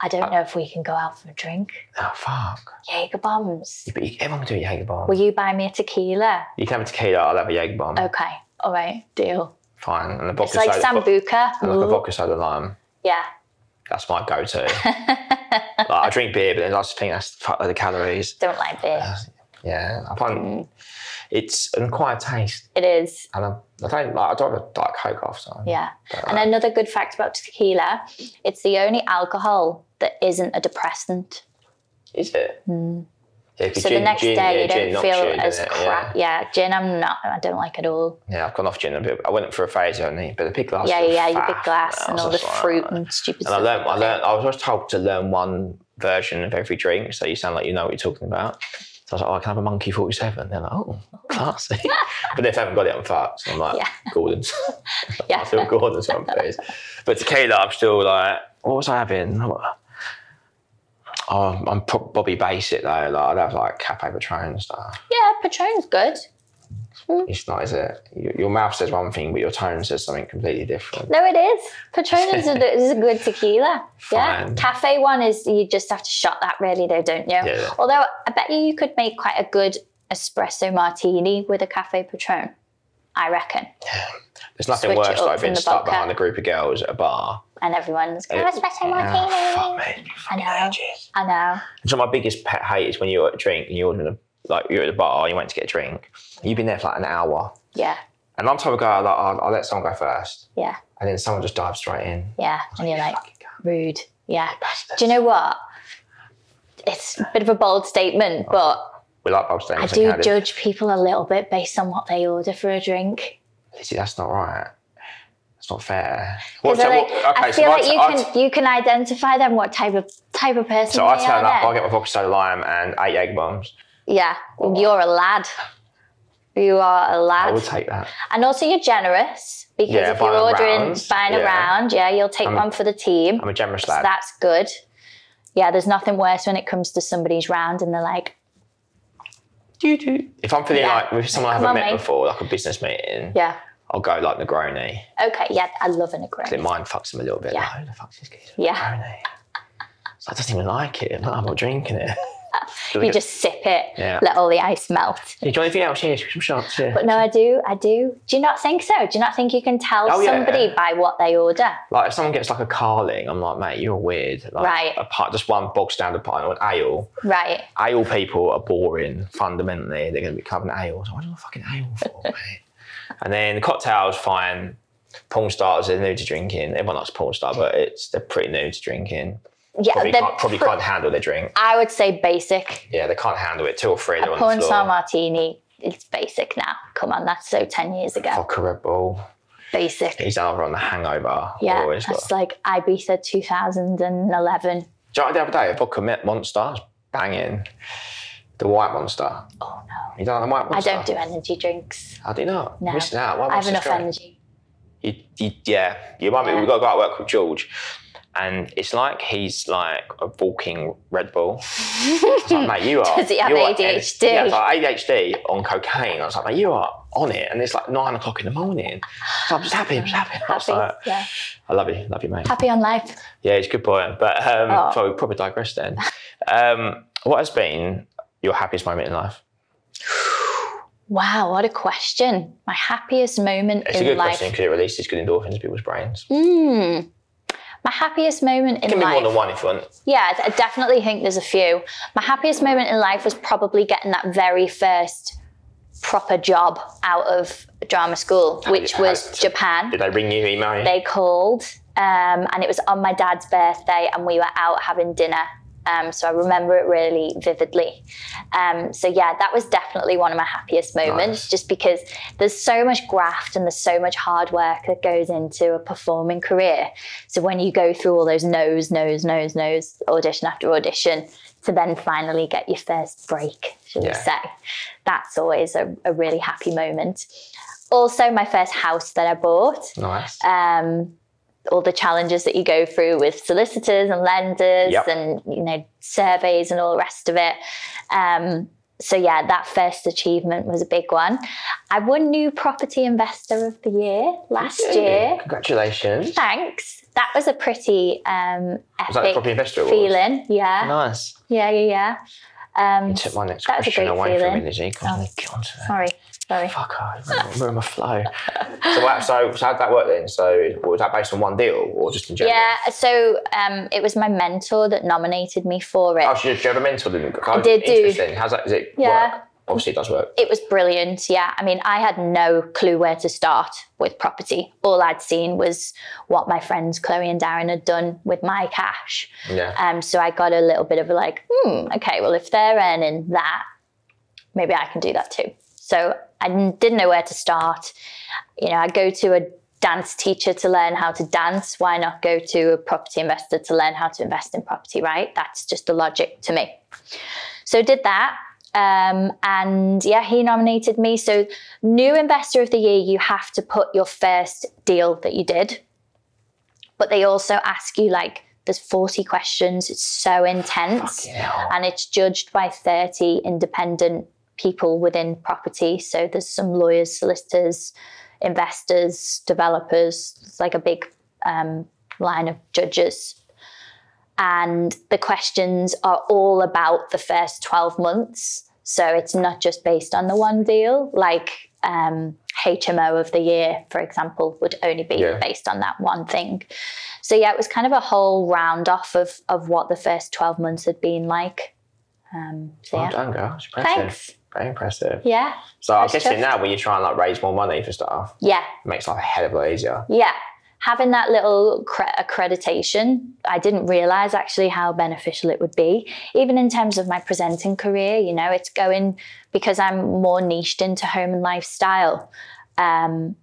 I
Uh,
don't know if we can go out for a drink.
Oh, fuck.
Jaeger bombs.
Yeah, But you, everyone can do a Jaeger bomb.
Will you buy me a tequila?
you can have a tequila, I'll have a Jaeger bomb.
Okay. All right. Deal.
Fine. And a
It's
vodka
like
soda.
Sambuca.
and like a
Ooh.
vodka soda lime.
Yeah.
That's my go to. like, I drink beer, but then I just think that's fuck load of calories.
Don't like beer.
Uh, Yeah, I find it's an acquired taste,
It is.
and I'm, I don't like. I don't have a diet coke after.
Yeah. And
uh.
another good fact about tequila, it's the only alcohol that isn't a depressant. Hmm.
is it? Yeah, 'cause
So
gin-
the next
gin-
day
yeah,
you
gin
don't
knocks
feel
you, doesn't
as
it?
crap. Yeah. Gin, I'm not. I don't like at all.
Yeah. yeah, I've gone off gin a bit. I went for a phase only, but the big glass.
yeah,
was
yeah. Your
faff.
big glass
I
and
was
all the
just like,
fruit and stupid
And I
stuff.
learned, I learned, I was just told to learn one version of every drink, so you sound like you know what you're talking about. So I was like, oh, I can have a monkey 47. They're like, oh, classy. but if I haven't got it, I'm fucked. So I'm like,
Yeah.
Gordon's.
Yeah.
I'm still Gordon's one, please. But tequila, I'm still like, what was I having? Oh, I'm pro- Bobby Basic though. Like, I'd have like Cafe Patron and stuff.
Yeah, Patron's good.
It's not, is it? Your, your mouth says one thing, but your tone says something completely different.
No, it is. Patron is a, is a good tequila. Yeah.
Fine.
Cafe one is you just have to shot that really though, don't you?
yeah.
Although I bet you you could make quite a good espresso martini with a cafe patron. I reckon.
There's nothing
Switch it
worse
up
than
from
being
the
stuck
vodka.
behind a group of girls at a bar.
And everyone's
It-
kind of espresso
Oh,
martini.
fuck me.
I know.
Ages.
I know.
So my biggest pet hate is when you're at a drink and you're ordering a, like you're at the bar and you went to get a drink. and You've been there for like an hour,
Yeah.
and I'm the type of guy like I'll, I'll let someone go first,
Yeah.
and then someone just dives straight in.
Yeah. And you're like
Fucking cunt,
rude. Yeah.
bastards.
Do you know what? It's a bit of a bold statement,
Oh,
but
We like Bob Staines.
I do judge people a little bit based on what they order for a drink.
Lizzie, that's not right. That's not fair.
Because
so
I like- I feel
if
like
t-
you
I
can you can identify them what type of type of person
So I
they are.
turn up,
then.
I get my vodka soda lime and eight egg bombs.
yeah, you're a lad. You are
I
a lad,
will take that.
and also you're generous because
Yeah,
if you're
buying
ordering
rounds,
buying
yeah.
a round, yeah, you'll take one for the team.
I'm a generous
So
lad.
that's good. Yeah, there's nothing worse when it comes to somebody's round and they're like,
if I'm feeling
Yeah.
like with someone I
Come
haven't
on,
met
mate.
before, like a business meeting,
yeah,
I'll go like Negroni.
okay, yeah, I love an
It
agreement.
mine fucks him a little bit.
Yeah.
Like, who the fuck's this kid?
Yeah.
Negroni. So I don't even like it. Like, I'm not drinking it.
You just sip it,
Yeah.
let all the ice melt.
Do you want anything else? Yeah, some shots. Yeah.
But no, I do, I do. Do you not think so? Do you not think you can tell
Oh, yeah.
somebody by what they order?
Like if someone gets like a carling, I'm like, mate, you're weird. Like,
Right.
A part, just one bog standard pint or an ale.
Right.
Ale people are boring fundamentally. They're going to be covering ales. What do I want a fucking ale for, mate? And then cocktails, fine. Porn stars are new to drinking. Everyone likes porn star, but it's they're pretty new to drinking.
Yeah,
Probably,
they're
can't, probably
pr-
can't handle their drink.
I would say basic.
Yeah, they can't handle it. Two or three, they're on
Porn
the
star
floor.
martini. It's basic now. Come on, that's so ten years ago.
Vodka Red Bull.
Basic.
He's either on the hangover.
Yeah,
Or he's got.
that's like Ibiza 2011.
Do you know the other day, a vodka Met Monster, it's banging. The white monster.
Oh no,
You don't like the white
I
monster?
don't do energy drinks.
I do not.
No.
Missing out. White
I have
monster's
enough
Oh, great.
energy.
You, you, yeah, you might be.
Yeah.
We've got to go out work with George, and it's like he's like a walking Red Bull. It's like, mate, you are.
Does he have
you are-
ADHD?
Yeah, it's like ADHD on cocaine. I was like, mate, you are on it, and it's like nine o'clock in the morning. So I'm just happy. I'm just happy. I was
Happy,
like,
yeah.
I love you, love you, mate.
Happy on life.
Yeah, it's a good point. But um,
Oh.
so we probably digress then. Um, what has been your happiest moment in life?
Wow, what a question. My happiest moment
It's
in
a good
life.
question because it releases good endorphins in people's brains.
Hmm. My happiest moment in
It can be
life.
more than one if you want.
Yeah, I definitely think there's a few. My happiest moment in life was probably getting that very first proper job out of drama school, which
how-
was Japan.
Did they ring you, email you?
They called, um, and it was on my dad's birthday, and we were out having dinner. Um, so I remember it really vividly. Um, so yeah, that was definitely one of my happiest moments,
Nice.
just because there's so much graft and there's so much hard work that goes into a performing career. So when you go through all those no's, no's, no's, no's, audition after audition, to then finally get your first break, shall we
Yeah.
say, that's always a, a really happy moment. Also, my first house that I bought
Nice.
um, all the challenges that you go through with solicitors and lenders
Yep.
and you know surveys and all the rest of it. Um, so yeah, that first achievement was a big one. I won new property investor of the year last year.
Congratulations.
Thanks. That was a pretty um,
Was that the
epic
Property Investor Award?
feeling. Yeah,
Nice.
yeah, yeah, yeah.
You
Um,
took my next
That was a
question
great
away from
feeling.
me, Lizzie. God,
Oh.
get onto that.
sorry, sorry.
Fuck, I ruined my flow. so, what, so, so how did that work then? So was that based on one deal or just in general?
Yeah. So um, it was my mentor that nominated me for it.
Oh, so did you have a mentor? Didn't you? I
did do.
Interesting. How's that? Is it
Yeah.
work? Obviously, it does work.
it was brilliant. Yeah. I mean, I had no clue where to start with property. All I'd seen was what my friends Chloe and Darren had done with my cash.
Yeah.
Um, so I got a little bit of a like, hmm, okay, well, if they're earning that, maybe I can do that too. So I n- didn't know where to start. You know, I go to a dance teacher to learn how to dance. Why not go to a property investor to learn how to invest in property, right? That's just the logic to me. So did that. Um, and yeah, he nominated me. So, new investor of the year, you have to put your first deal that you did but they also ask you like there's 40 questions it's so intense
Fucking hell.
and it's judged by 30 independent people within property so there's some lawyers solicitors investors developers it's like a big um, line of judges and the questions are all about the first 12 months so it's not just based on the one deal like um, hmo of the year for example would only be
Yeah.
based on that one thing so yeah it was kind of a whole round off of, of what the first 12 months had been like um, so
Well
yeah.
done, girl. It's impressive.
thanks
Very impressive.
yeah
So I'm
Nice
guessing
shift.
now when you try and like raise more money for stuff,
yeah
it makes life a hell of a lot easier.
yeah having that little cre- accreditation i didn't realize actually how beneficial it would be even in terms of my presenting career you know it's going because i'm more niched into home and lifestyle um,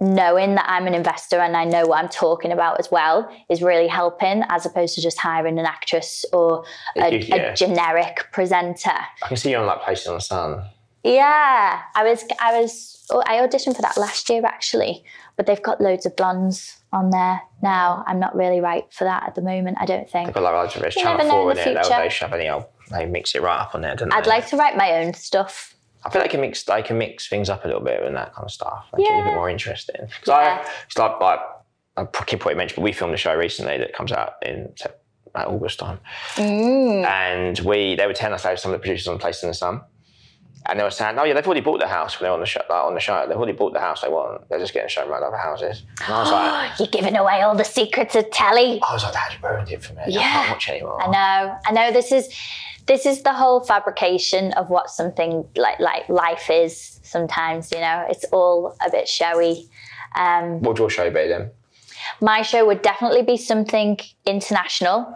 knowing that i'm an investor and i know what i'm talking about as well is really helping as opposed to just hiring an actress or a,
It gives- yeah.
a generic presenter
I can see you on like places on the sun.
yeah i was i was oh, i auditioned for that last year actually but they've got loads of blondes on there now i'm not really right for that at the moment i don't think
They've got like loads of rich
You
channel
never know
four in
in the
it. They'll,
future.
they shove any old they mix it right up on there, don't they?
i'd like to write my own stuff
I feel they can mix they can mix things up a little bit and that kind of stuff. Make it a bit
Yeah.
more interesting. Because
Yeah.
I it's like like I keep putting mention, but we filmed a show recently that comes out in Sep- like August time.
mm.
And we they were telling us like some of the producers on Place in the Sun. And they were saying, Oh yeah, they've already bought the house when they're on the show like, on the show. They've already bought the house they want. They're just getting shown around other houses. And I was like
you're giving away all the secrets of telly
I was like, that's ruined it for me. I
Yeah.
can't watch it anymore.
I know. I know this is this is the whole fabrication of what something like like life is sometimes, you know. It's all a bit showy. Um,
What would your show be then?
my show would definitely be something international,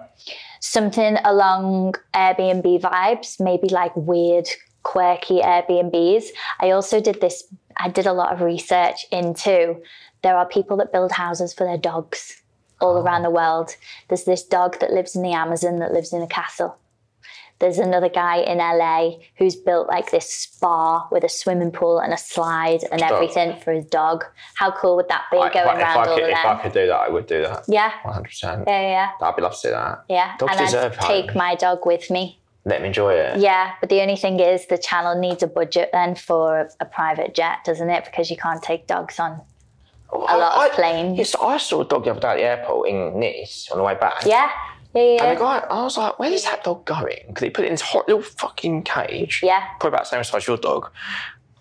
something along Airbnb vibes, maybe like weird, quirky Airbnbs. I also did this I did a lot of research into there are people that build houses for their dogs
Oh.
all around the world. There's this dog that lives in the Amazon that lives in a castle. There's another guy in LA who's built like this spa with a swimming pool and a slide and everything for his dog. How cool would that be
Like,
going
if, I
around all
could,
of
if I
them?
could do that, I would do that.
Yeah,
One hundred percent.
yeah, yeah,
I'd be love to see that.
yeah.
Dogs
and I'd
deserve
take
home.
my dog with me.
Let me enjoy it.
Yeah, but the only thing is the channel needs a budget then for a private jet, doesn't it? Because you can't take dogs on.
a
lot of planes.
Yes, I saw a dog the other day at the airport in Nice on the way back.
Yeah, yeah, yeah.
And the guy, I was like, where is that dog going? Because he put it in this hot little fucking cage.
Yeah.
Probably about the same size as your dog.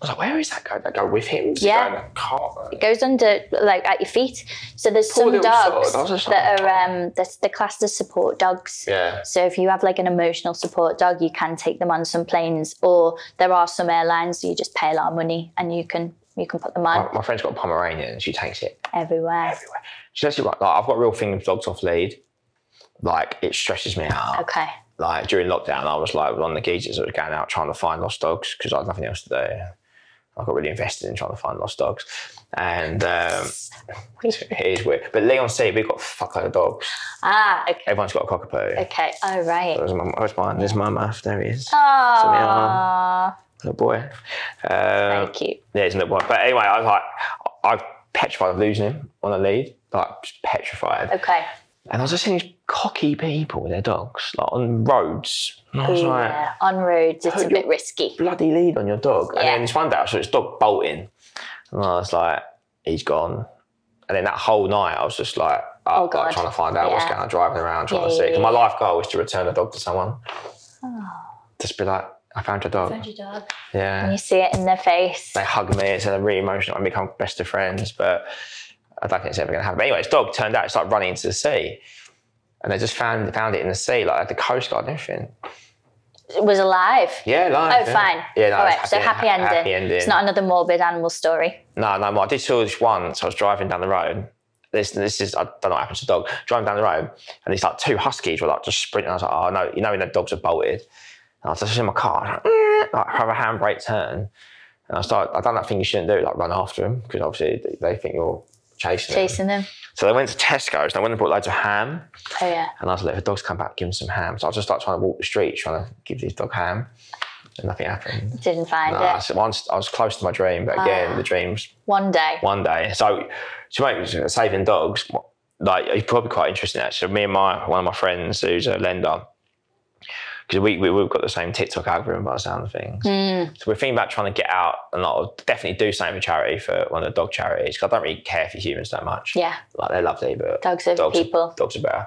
I was like, where is that guy? That go with him? Does he
Yeah.
Go in a car?
goes under like at your feet. So there's
Poor
some
little
dogs
sod, I was just
that
like-
are um that's the classed as support dogs.
Yeah.
So if you have like an emotional support dog, you can take them on some planes, or there are some airlines you just pay a lot of money and you can you can put them on
My, my friend's got a Pomeranian and she takes it
everywhere.
everywhere. She's actually right. Like, I've got a real thing with dogs off lead. Like, it stresses me out.
Okay.
like during lockdown, I was like on the geezers that was going out trying to find lost dogs because I had nothing else to do. I got really invested in trying to find lost dogs, and um, it is weird. But Leon C, we've got a fuckload of dogs.
Ah, okay.
Everyone's got a cockapoo.
Okay. Oh, right.
There's my, where's mine? There's my muff. There he is.
Ah,
Little boy. Um,
very cute.
yeah, he's a little boy. But anyway, I was like, I was petrified of losing him on a lead. Like, just petrified.
Okay.
And I was just seeing these cocky people with their dogs, like on roads. And I was like,
Yeah. On roads, it's a
Who-
bit risky.
bloody lead on your dog. And
Yeah.
then this one day I saw this dog bolting. And I was like, he's gone. And then that whole night I was just like,
Oh,
up,
God.
like trying to find out what's
Yeah.
going on, driving around, trying
Yeah,
to
yeah,
see. Because
yeah. Oh.
my life goal is to return a dog to someone. Just be like, I found your dog.
And
Yeah.
you see it in their face.
They hug me. It's uh, really emotional. I become best of friends. But I don't think it's ever going to happen. But anyway, this dog turned out it started running into the sea. And they just found found it in the sea, like the coast guard and everything.
It was alive.
Yeah, like.
Oh,
yeah.
fine.
Yeah, no,
All right.
it's
so happy ending.
Happy ending.
It's not another morbid animal story.
No, no, I did saw this once. I was driving down the road. This, this is, I don't know what happened to the dog. Driving down the road, and it's like two huskies were like just sprinting. I was like, oh no, you know when the dogs are bolted. And I was just in my car, I was like, "Mm," like, have a handbrake turn. And I started, I done that thing you shouldn't do, like run after them, because obviously they- they think you're chasing, them.
Chasing them.
So they went to Tesco's and I went and bought loads of ham.
Oh yeah.
And I was like, if the dog's come back, give him some ham. So I was just like trying to walk the street, trying to give this dog ham. And nothing happened.
Didn't find
Nah,
it.
so once I was close to my dream, but again, the dream's
One day.
one day. So to make saving dogs, like it's probably quite interesting actually. Me and my one of my friends who's a lender, because we, we we've got the same TikTok algorithm by the sound of things.
Hmm.
So we're thinking about trying to get out and I'll definitely do something for charity for one of the dog charities. 'cause I don't really care for humans that much.
Yeah.
Like they're lovely, but
Dogs over
dogs,
people.
dogs are better.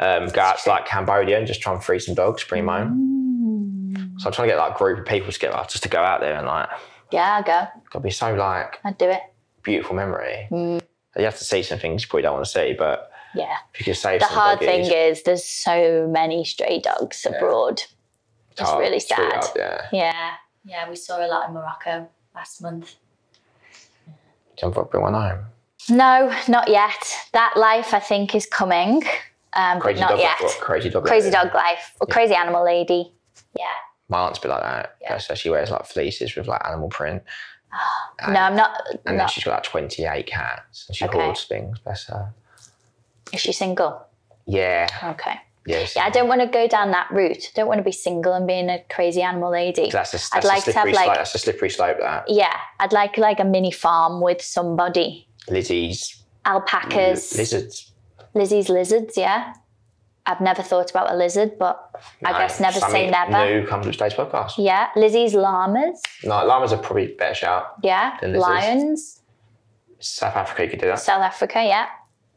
Um, go out to like Cambodia and just try and free some dogs, bring them
Hmm.
home. So I'm trying to get like a group of people together just to go out there and like,
Yeah, go.
gotta be so like
I'd do it. Hmm.
beautiful memory. You have to see some things you probably don't want to see, but
Yeah.
if you could save
The
some
hard
doggies,
thing is there's so many stray dogs abroad. It's
hard.
really
really
sad.
hard, yeah,
Yeah.
Yeah, we saw a lot in Morocco last month.
jump up bring one home.
No, not yet. That life I think is coming. Um, but
Crazy
not
dog,
yet.
What, crazy dog.
Crazy
lady.
dog life. Or crazy animal lady. Yeah.
My aunt's been like that.
Yeah.
So she wears like fleeces with like animal print, And-
no, I'm not
and
no.
then she's got like twenty eight cats, and she
Okay.
hoards things. Bless her.
Is she single?
Yeah.
Okay.
Yes.
Yeah, I don't want to go down that route. I don't want to be single and being a crazy animal lady.
That's a, that's
I'd
a
like to have,
slippery
like-
slope. That's a slippery slope. That
Yeah, I'd like like a mini farm with somebody.
Lizzie's
Alpacas,
lizards.
Lizzie's lizards. Yeah, I've never thought about a lizard, but I
No,
guess never say
something
never.
New comes with today's podcast.
Yeah, Lizzie's llamas.
No, llamas are probably better shout.
Yeah,
The lizards.
lions.
South Africa, you could do that.
South Africa. Yeah,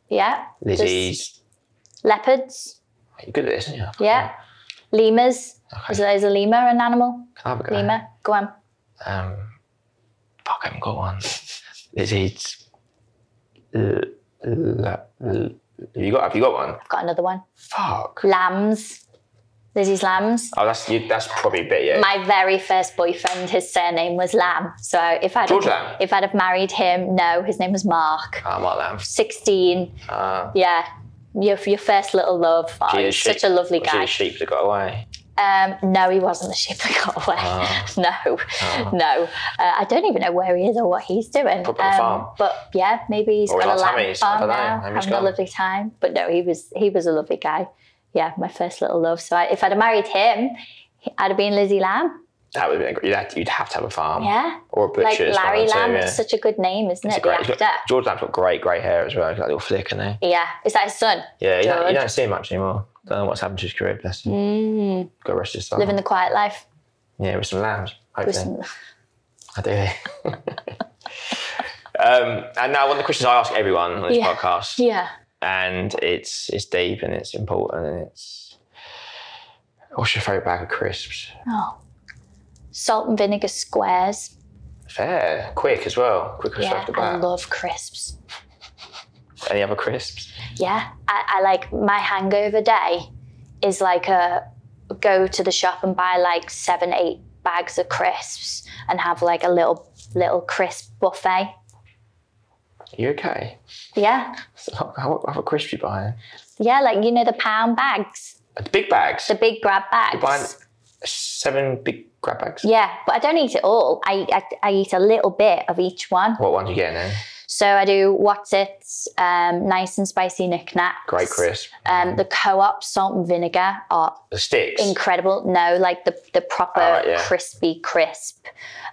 yeah.
Lizzie's.
Leopards.
You're good at this, aren't you?
Yeah, lemurs.
Uh-huh. Okay.
Is, is a lemur an animal?
Can I have a go?
Lemur. Go on.
Um, fuck, I haven't got one. Is it? L- l- l- have you got? Have you got one?
I've got another one.
Fuck.
Lambs. Lizzie's lambs.
Oh, that's you, that's probably a bit. Yeah.
my very first boyfriend, his surname was Lamb. So if I'd
George
have,
Lamb?
if I'd have married him, no, his name was Mark.
Ah, Mark Lamb.
Sixteen,
Uh,
yeah. Your, your first little love. Oh,
he
he
a
was
sheep-
such a lovely
was he
guy.
a sheep that got away.
Um, no, he wasn't the sheep that got away.
Ah.
no, no. Uh, I don't even know where he is or what he's doing. Um,
Probably Ah. on a farm.
But yeah, maybe he's
Or in
got a
our
lamb
tummies, I
farm
don't know.
now,
Maybe he's
having a
gone.
lovely time. But no, he was he was a lovely guy. Yeah, my first little love. So I, if I'd have married him, I'd have been Lizzie Lamb.
That would have been. great. You'd have to, you'd have, to have a farm.
Yeah.
Or a butcher.
like
it's Hmm. one
Larry
or two,
Lamb.
yeah.
It's such a good name, isn't
It's
it?
great- he's
the
got-
actor.
George Lamb's got great grey hair as well. He's got that little flick in there.
Yeah. Is that his son?
Yeah, you don't, you
George.
don't see him much anymore. Don't know what's happened to his career. Bless him.
Mm.
Got rest his soul.
Living the quiet life.
Yeah, with some lambs. Hopefully.
With some-
I do. um, and now one of the questions I ask everyone on this
Yeah.
podcast,
Yeah.
and it's it's deep and it's important and it's what's your favourite bag of crisps?
Oh. Salt and vinegar squares.
Fair, quick as well, quick as
Yeah.
after
I
that.
love crisps.
Any other crisps?
Yeah. I, I like my hangover day is like a go to the shop and buy like seven, eight bags of crisps and have like a little little crisp buffet.
you okay?
Yeah.
So, How, what other crisps you buying?
Yeah, like you know the pound bags.
Uh, Big bags.
The big grab bags.
You're buying seven big grab bags.
Yeah, but I don't eat it all. I, I, I eat a little bit of each one.
What one do you get then?
So I do what's it, um, nice and spicy knickknacks.
Great crisp.
Um, the co-op salt and vinegar are
the sticks.
incredible. No, like the the proper
All right, yeah.
crispy crisp.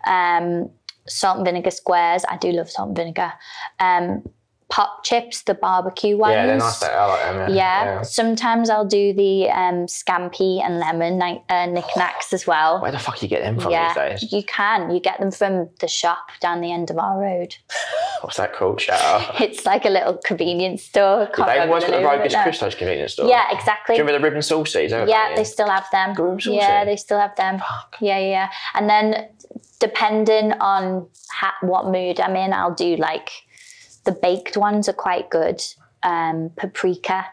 Um, salt and vinegar squares. I do love salt and vinegar. Um, pop chips, the barbecue ones.
yeah, they're nice. though. I like them.
Yeah. Sometimes I'll do the um, scampi and lemon ni- uh, knickknacks as well.
Where the fuck you get them from
Yeah,
these days?
you can. You get them from the shop down the end of our road.
What's that called? Shout out.
It's like a little convenience store.
Did
Can't
they
remember
always got the
name of it
Rogus
now.
Christos convenience store?
Yeah, exactly.
Do you remember the ribbon saucies? They were
Yeah, they
banging.
still have them.
Grim saucy.
Yeah, they still have them.
Fuck.
Yeah, yeah, yeah. And then depending on ha- what mood I'm in, I'll do like the baked ones are quite good. Um, paprika,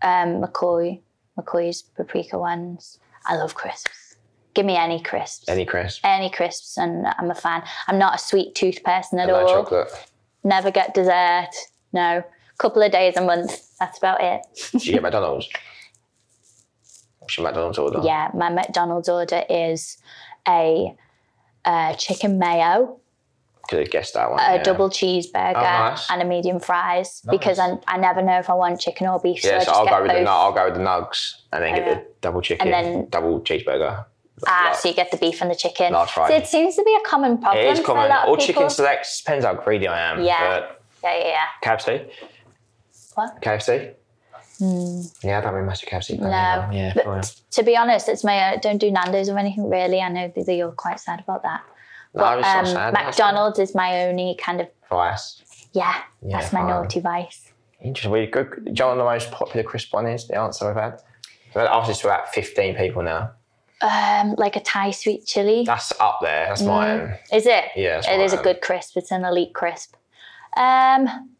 um, McCoy, McCoy's paprika ones. I love crisps. Give me any crisps.
Any crisp?
Any crisps, and I'm a fan. I'm not a sweet tooth person at
I like
all.
chocolate.
Never get dessert. No, couple of days a month. That's about it.
Did you get McDonald's? What's your McDonald's order?
Yeah, my McDonald's order is a uh, chicken mayo,
Could have guessed that one.
a
yeah.
double cheeseburger,
Oh, nice.
and a medium fries because I,
Nice.
I never know if I want chicken or beef.
Yeah,
so,
so
I
I'll
just get
go with the
both.
nug. I'll go with the nugs and then get
yeah.
the double chicken,
then-
double cheeseburger.
Ah,
Like-
so you get the beef and the chicken.
Large fry.
So it seems to be a common problem.
it is
For a
common.
lot of
All
people.
chicken selects depends how greedy I am.
Yeah.
But
Yeah, yeah, yeah.
KFC.
What?
KFC. Yeah, I don't really much of KFC.
No,
Yeah.
but
oh, yeah.
to be honest, it's my I don't do Nando's or anything really. I know that you're quite sad about that.
No, it's not sad. That's
um, McDonald's is my only kind of
Vice.
yeah.
Yeah,
that's my
fine.
naughty vice.
Interesting. Well, good. Do you know what the most popular crisp one is? The answer we've had. I've asked this to about 15 people now.
Um, like a Thai sweet chili.
That's up there. That's mine.
Is it?
Yeah, that's
Mm. it is a
mine.
good crisp. It's an elite crisp. Um,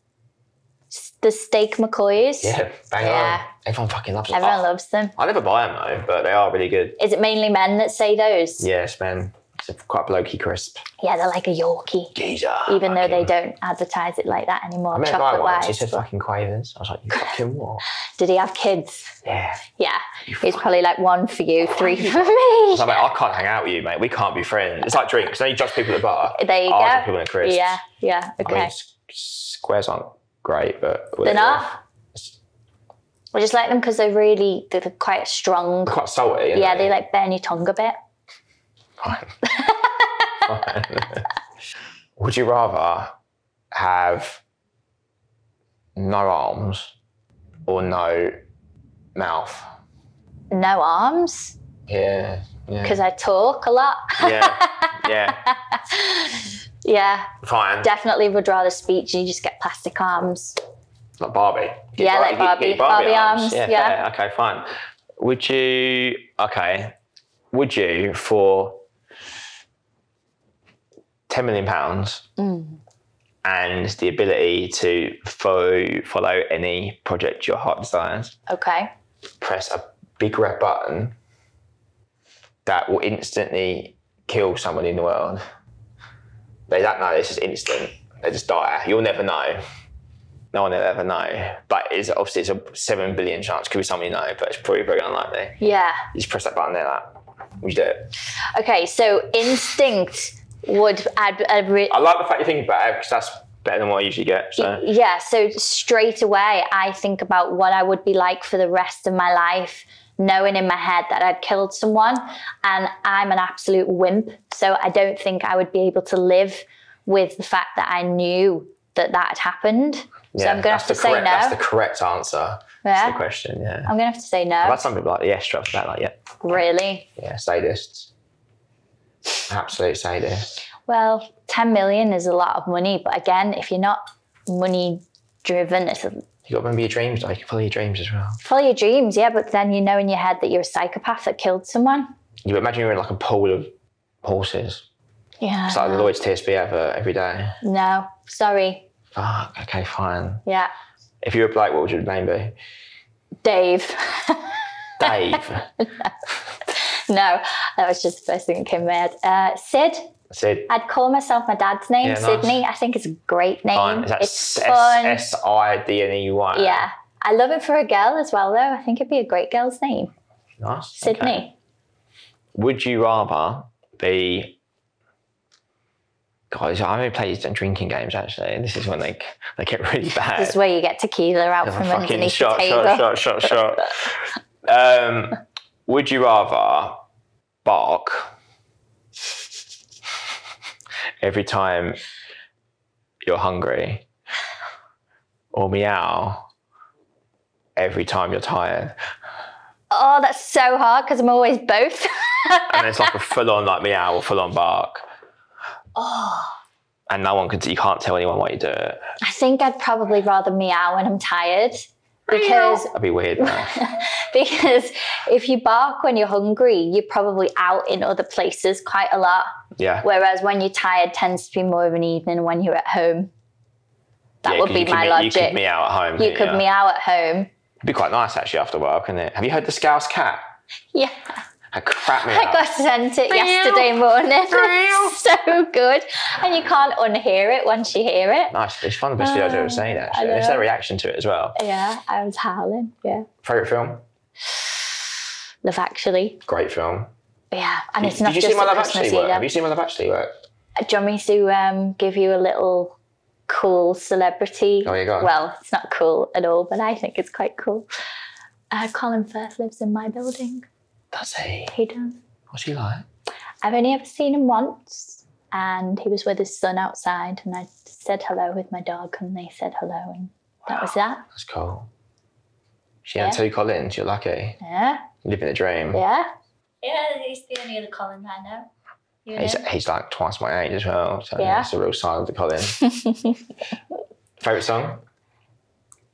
s- the steak McCoys.
Yeah, Oh. bang
Yeah.
on. Everyone fucking loves them.
Everyone
I,
loves them.
I never buy them though, but they are really good.
Is it mainly men that say those?
Yes, man. It's a quite blokey crisp.
Yeah, they're like a Yorkie,
Geezer.
even though they
fucking-
don't advertise it like that anymore.
I met a guy
chocolate
once. He
wise.
said fucking quavers. I was like, you fucking what?
Did he have kids?
Yeah.
Yeah, it's probably like one for you, three for me.
So I'm like, I can't hang out with you, mate. We can't be friends. It's like drinks. Then you judge people at the bar.
There you
I judge
go.
people in a crisp.
Yeah, yeah,
I mean,
okay.
s- squares aren't great, but
They're
whatever.
not. I just like them because they're really they're quite strong.
They're quite salty. aren't
Yeah, they like burn your tongue a bit.
Fine. Fine. Would you rather have no arms or no mouth?
No arms
Yeah. Yeah.
because I talk a lot.
yeah. Yeah.
Yeah,
Fine.
definitely would rather speech. You just get plastic arms.
Like Barbie. Get
Yeah, like
you get- get
Barbie- Barbie arms,
Yeah,
yeah.
fair. Okay, fine. Would you? Okay. Would you for ten million pounds and the ability to follow follow any project your heart desires?
Okay.
Press a big red button that will instantly kill somebody in the world. They don't know. It's just instant. They just die. You'll never know. No one will ever know. But it's obviously it's a seven billion chance. Could be someone you know, but it's probably very unlikely.
Yeah.
You just press that button there. Like, would you do it?
Okay. So instinct would add. A re-
I like the fact you think about it because that's better than what I usually get. So
yeah. So straight away, I think about what I would be like for the rest of my life, knowing in my head that I'd killed someone, and I'm an absolute wimp. So I don't think I would be able to live with the fact that I knew that that had happened. so I'm gonna
that's
have to
the
say
correct,
no.
That's the correct answer. That's
yeah.
the question. Yeah.
I'm gonna have to say no.
I've had some people like yeah, straight off the bat, like yeah,
really.
yeah, sadists. Absolute sadists.
Well, 10 million is a lot of money, but again, if you're not money driven, it's a-
You got to remember your dreams. Like you can follow your dreams as well.
follow your dreams, yeah, but then you know in your head that you're a psychopath that killed someone.
You imagine you're in like a pool of horses.
Yeah.
It's like the Lloyd's TSB advert uh, every day.
No, sorry.
Fuck, okay, fine.
Yeah.
If you were black, what would your name be?
Dave.
Dave.
no, that was just the first thing that came to my head. Uh, Sid.
Sid.
I'd call myself my dad's name,
Yeah, nice.
Sydney. I think it's a great name.
Fine. Is that
it's
S
fun.
S I D N E Y?
yeah. I love it for a girl as well, though. I think it'd be a great girl's name.
Nice.
Sydney.
Okay. Would you rather be? Guys, I only played these drinking games actually. This is when they they get really bad.
This is where you get tequila out
Oh,
from
fucking
underneath
shot,
the table.
shot, shot, shot, shot. um, would you rather bark every time you're hungry or meow every time you're tired?
Oh, that's so hard because I'm always both.
And it's like a full on like meow or full on bark.
oh,
And no one can, you can't tell anyone why you do it.
I think I'd probably rather meow when I'm tired because
That'd be weird. man.
because if you bark when you're hungry, you're probably out in other places quite a lot.
Yeah.
Whereas when you're tired, tends to be more of an evening when you're at home. That
Yeah,
would
'cause
be
you could
my
me- You
logic.
could meow at home.
You
couldn't
could meow at home.
It'd be quite nice actually after work, isn't it? Have you heard the Scouse cat?
Yeah,
That crap me
I got sent it yesterday morning. It's so good, and you can't unhear it once you hear it.
Nice. It's one of the best videos I've
Ah,
ever seen, actually.
I
It's their
know.
reaction to it as well.
Yeah, I was howling. Yeah,
Favourite film?
Love Actually.
Great film.
But yeah, and it's
Did
not
you
just
see my
at
Love
Christmas
Actually work? Have
either.
you seen my Love Actually work?
Do you want me to um, give you a little cool celebrity?
Oh, yeah, go on.
Well, it's not cool at all, but I think it's quite cool. Uh, Colin Firth lives in my building.
Does he?
He does.
What's he like?
I've only ever seen him once, and he was with his son outside, and I said hello with my dog, and they said hello, and that was that.
That's cool. She
Yeah.
and two Collins. You're lucky.
Yeah,
Living the dream.
yeah.
Yeah, he's the only other Colin I know. You
He's,
know?
he's like twice my age as well. So
Yeah.
that's the real sign of the Collins. Favourite song?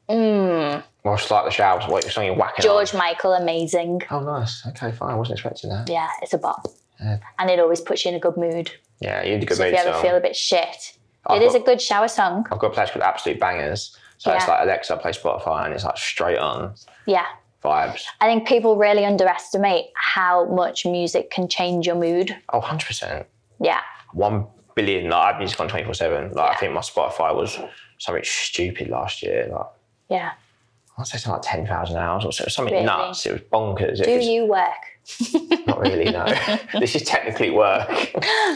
Mm.
Well, start the showers. What song you whacking
George Michael, amazing.
on? Oh, nice. Okay, fine. I wasn't expecting that.
Yeah, it's a bop.
Yeah.
And it always puts you in a good mood.
Yeah, you had a good
So if
mood
you ever
song.
feel a bit shit,
I've
it is
got-
a good shower song.
I've got a place called Absolute Bangers. So it's
Yeah.
like Alexa, play Spotify, and it's like straight on
Yeah.
vibes.
I think people really underestimate how much music can change your mood.
Oh, 100%.
Yeah.
1 billion. Like, I have music on 24 7. Like, I think my Spotify was something stupid last year. Like,
Yeah.
I'd say something like 10,000 hours or so- something
Really?
nuts. It was bonkers.
Do
it was
you work?
not really, no. this is technically work.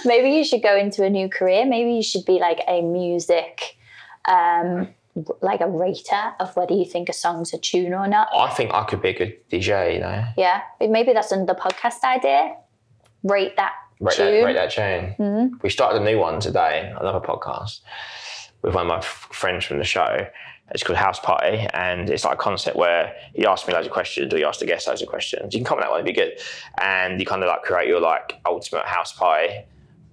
Maybe you should go into a new career. Maybe you should be like a music, um, r- like a rater of whether you think a song's a tune or not.
I think I could be a good DJ, you know.
Yeah. Maybe that's another podcast idea. Rate that
Rate that,
tune.
rate that tune.
Hmm?
We started a new one today, another podcast, with one of my f- friends from the show. It's called House Party, and it's like a concept where you ask me loads of questions, or you ask the guest loads of questions. You can comment on that one; it'd be good. And you kind of like create your like ultimate house party.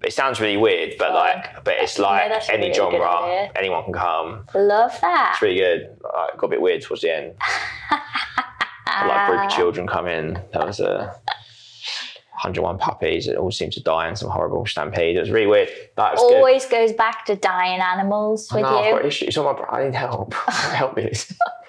It sounds really weird, but
Oh.
like, but it's
Yeah,
like
that's a
any
really good
genre,
idea.
anyone can come.
Love that.
It's really good. Like, got a bit weird towards the end. A like
Ah.
group of children come in. There was a 101 puppies. It all seemed to die in some horrible stampede. It was really weird. That was good.
always goes back to dying animals
I
with
know, I've got
you.
issues. It's on my br- I need help. help me.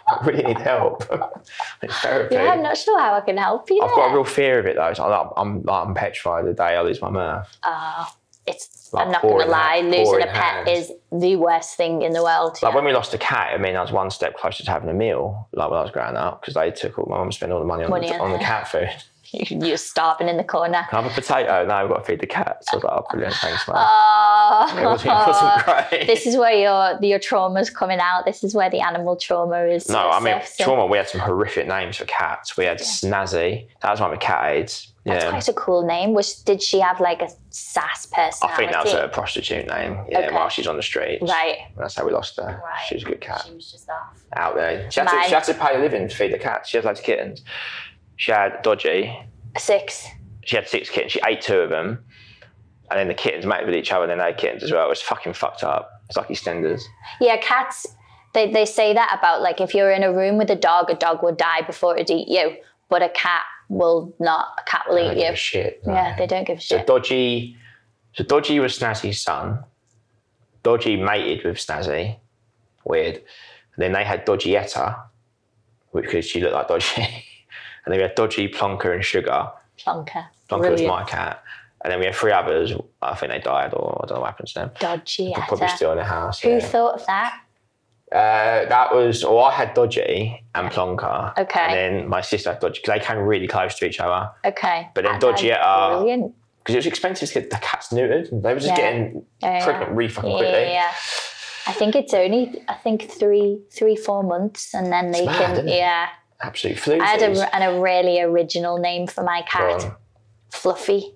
I really need help. Like therapy.
Yeah, I'm not sure how I can help you.
I've got a
there.
real fear of it though. So I'm, like- I'm, like, I'm petrified the day I lose my mirth.
Oh, it's.
Like
I'm not gonna
pouring
lie.
out-
Losing a
pouring
pet
hands.
is the worst thing in the world.
Like
yeah.
when we lost a cat, I mean, I was one step closer to having a meal. Like when I was growing up, because they took all my mum spent all the money on,
Money
the,
on
on the
her.
cat food.
You're starving in the corner.
Can I have a potato? No, I've got to feed the cat. So I was like, oh, brilliant, thanks, mum. it, wasn't, it wasn't
Oh.
great.
This is where your your trauma's coming out. This is where the animal trauma is.
No, I mean
surfacing.
trauma. We had some horrific names for cats. We had Snazzy. That was one of the cat aids.
That's
Yeah,
quite a cool name. Was did she have like a sass personality?
I think that was a prostitute name. Yeah,
Okay.
while she's on the streets.
Right.
That's how we lost her.
Right.
She was a good cat
She was just off.
out there. She had, to,
My-
she had to pay a living to feed the cats. She had loads of kittens. She had Dodgy.
Six.
She had six kittens. She ate two of them, and then the kittens mated with each other. and Then they had kittens as well. It was fucking fucked up. It's like EastEnders.
Yeah, cats. They, they say that about like if you're in a room with a dog, a dog will die before it'd eat you, but a cat will not. A cat will
They don't
eat
give
you.
a shit.
Yeah, they don't give a
So
shit.
Dodgy, so Dodgy was Snazzy's son. Dodgy mated with Snazzy. Weird. And then they had Dodgyetta, which because she looked like Dodgy. and then we had Dodgy, Plonker, and Sugar.
Plonker.
Plonker was
Brilliant.
my cat. And then we had three others. I think they died, or I don't know what happened to them.
Dodgy
They're probably
atta.
still in the house.
Who
yeah.
thought of that?
Uh, that was, well, I had Dodgy and Plonker.
Okay.
And then my sister had Dodgy because they came really close to each other.
Okay.
But then
That sounds
Dodgietta-
Brilliant.
Because it was expensive to get the cats neutered. and They were just
Yeah.
getting
Yeah,
pregnant really
yeah.
fucking
Yeah,
quickly.
yeah, yeah. I think it's only I think three, three, four months, and then they
It's mad,
can.
isn't it?
yeah,
Absolute floozies.
I had a, an, a really original name for my cat,
Um,
Fluffy.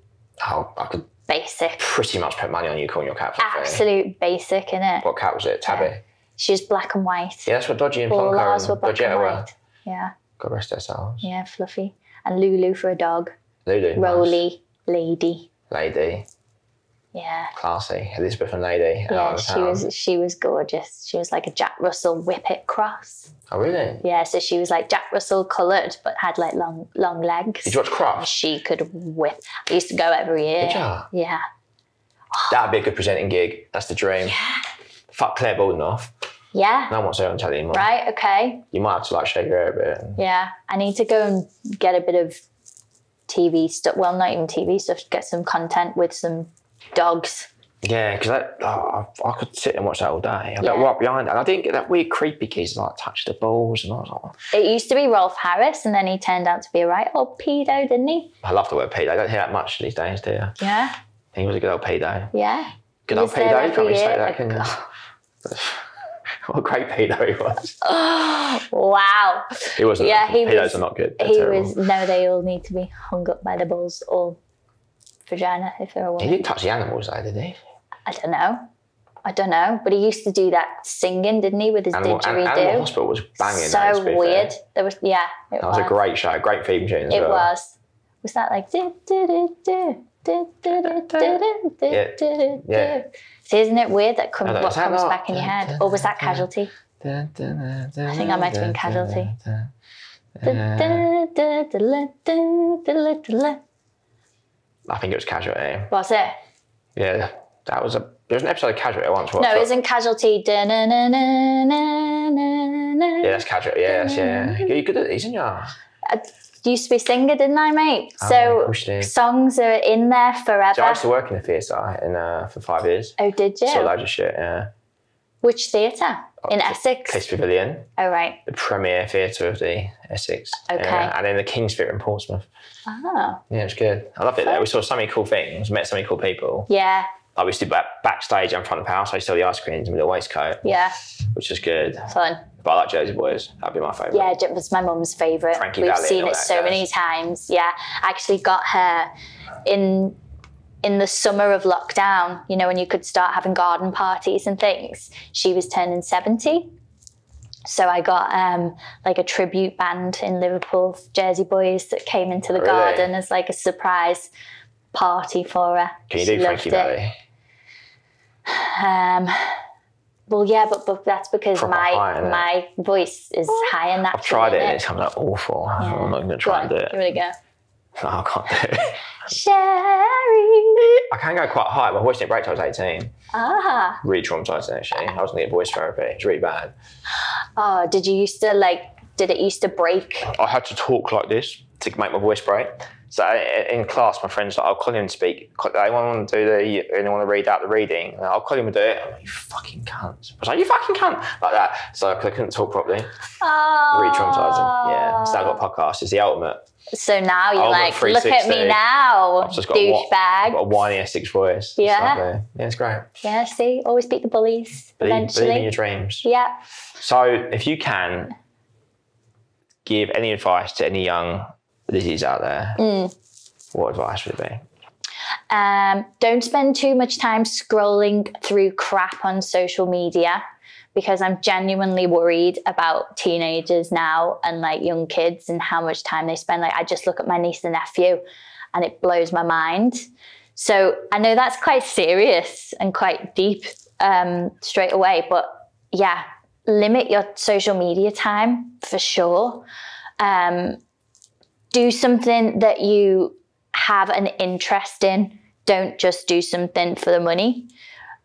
oh, I could
Basic,
pretty much put money on you calling your cat Fluffy.
absolute basic in it.
What cat was it? Tabby. Yeah,
She was black and white.
that's what Dodgy and
All ours
Plonker
were
and
black and
Dodgetta were.
white. Yeah,
God rest their souls.
yeah, Fluffy and Lulu for a dog.
Lulu. nice.
Roly, Lady.
Lady.
Yeah.
Classy. Elizabeth and Lady. out
Yeah,
on the
she
town.
was she was gorgeous. She was like a Jack Russell Whippet cross.
Oh, really?
Yeah, so she was like Jack Russell coloured, but had like long long legs.
Did you watch
And
Craft?
she could whip. I used to go every year.
Did ya?
Yeah.
That'd be a good presenting gig. That's the dream. Fuck Claire Baldenoff.
Yeah.
No one wants her on telly anymore.
Right. Okay.
You might have to like shake her hair a bit. and-
Yeah. I need to go and get a bit of TV stuff. Well, not even TV stuff. Get some content with some dogs.
Yeah, because I, oh, I I could sit and watch that all day. I got
Yeah.
right behind it. And I didn't get that weird creepy kids like touch the balls and I was like,
It used to be Rolf Harris, and then he turned out to be a right old pedo, didn't he?
I love the word pedo. I don't hear that much these days, do you?
Yeah.
He was a good old pedo.
Yeah.
Good old
was
pedo.
there
You can't
every
really say
year,
that,
like,
can you? what a great pedo he was.
Wow.
He wasn't.
Yeah, he
pedos
was-
are not good. They're
he
terrible.
was no they all need to be hung up by the balls or vagina if they're a
He
woman
didn't touch the animals though, did he?
i don't know i don't know but he used to do that singing didn't he with his
Animal, An-
didgeridoo
Animal Hospital was banging. though,
so
to be fair.
weird there was yeah it
That was a great show, great theme tune as
it
well.
was was that like do, do, do, do, do, do, do, do, do,
Yeah.
do, do,
Yeah.
do. See, isn't it weird that come,
I know,
what
is that
comes
not-
back in your head? Or was that casualty?
I think
I might have been Casualty.
I
Was
think it was Casualty.
it?
Yeah, that was a. There was an episode of Casualty once.
No,
wasn't there?
isn't casualty.
Yeah, that's
Yes.
Casualty. Yeah, that's, yeah. Yeah, you good at these, aren't you?
Used to be singer, didn't I, mate?
Oh, yeah, of
so
course you did.
songs are in there forever.
So I used to work in the theatre in uh, for five years.
oh, did you?
Saw loads of shit. uh, Yeah,
Which theatre?
oh,
In Essex.
Place Pavilion,
Oh, right.
the premier theatre of the Essex.
Okay.
area, and then the King's Theatre in Portsmouth.
Oh,
Yeah, it's good. I loved it there. We saw so many cool things, met so many cool people.
yeah,
Like we stood back, backstage in front of the house. I used to sell the ice creams in the waistcoat,
yeah,
which is good.
fun.
But I like Jersey Boys. That'd be my favourite.
Yeah, it was my mum's favourite.
Frankie
We've
Valli and
seen
all
it
that
so
jazz.
many times. Yeah, I actually got her in in the summer of lockdown. You know, when you could start having garden parties and things. She was turning seventy, so I got um, like a tribute band in Liverpool, Jersey Boys, that came into the
Really?
garden as like a surprise party for her.
Can you
She
do Frankie
loved it.
Valley?
Um, well, yeah, but, but that's because
Proper
my
high, innit?
my voice is high and natural.
I've tried it
innit?
and it's come out awful. I'm not going to
Go
try
on,
and do it.
Give it a go.
No, I can't do it.
Sherry.
I can go quite high. My voice didn't break till I was 18.
Ah.
Really traumatising, actually. I was going to get voice therapy. It's really bad.
Oh, did you used to like? Did it used to break?
I had to talk like this to make my voice break. So I- in class, my friends like, I'll call him to speak. Anyone want to do the? Anyone want to read out the reading? And I'll call him to do it. I'm like, you fucking cunt. I was like, you fucking cunt, like that. So I couldn't talk properly.
Oh.
Really traumatizing. Yeah. So I got podcast. It's the ultimate.
So now you're
I've got
like, look at
360.
me now,
I've just got a wa- I've
douchebag.
got a whiny Essex voice. It's
Yeah.
lovely. Yeah, it's great.
Yeah, see, always beat the bullies
Believe, believe in
eventually.
your dreams.
Yeah.
So if you can give any advice to any young Lizzies out there,
Mm.
what advice would it be?
Um, don't spend too much time scrolling through crap on social media because I'm genuinely worried about teenagers now and like young kids and how much time they spend. Like, I just look at my niece and nephew and it blows my mind. So I know that's quite serious and quite deep um, straight away, but yeah, limit your social media time for sure. Um, do something that you have an interest in. Don't just do something for the money,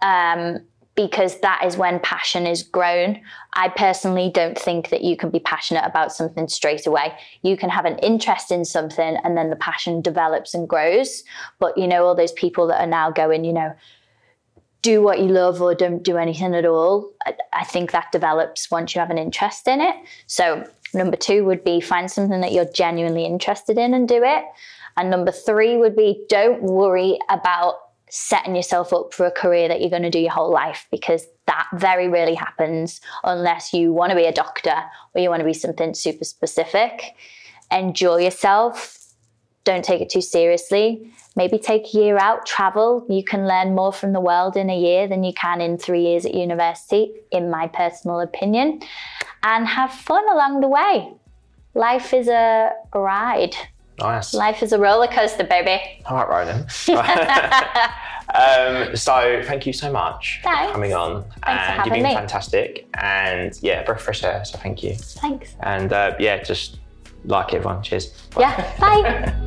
um, because that is when passion is grown. I personally don't think that you can be passionate about something straight away. You can have an interest in something, and then the passion develops and grows. But you know, all those people that are now going, you know, do what you love or don't do anything at all, I, I think that develops once you have an interest in it. So, number two would be find something that you're genuinely interested in and do it. And number three would be don't worry about setting yourself up for a career that you're going to do your whole life because that very rarely happens unless you want to be a doctor or you want to be something super specific. Enjoy yourself. Don't take it too seriously. Maybe take a year out, travel. You can learn more from the world in a year than you can in three years at university, in my personal opinion. And have fun along the way. Life is a ride.
Nice.
Life is a roller coaster, baby.
All right, Ronan. um, so thank you so much
Thanks.
for coming on.
for
and
having
you've been
me.
fantastic. And yeah, breath of fresh air. So thank you.
Thanks.
And uh, yeah, just like everyone. Cheers. Bye.
Yeah. Bye.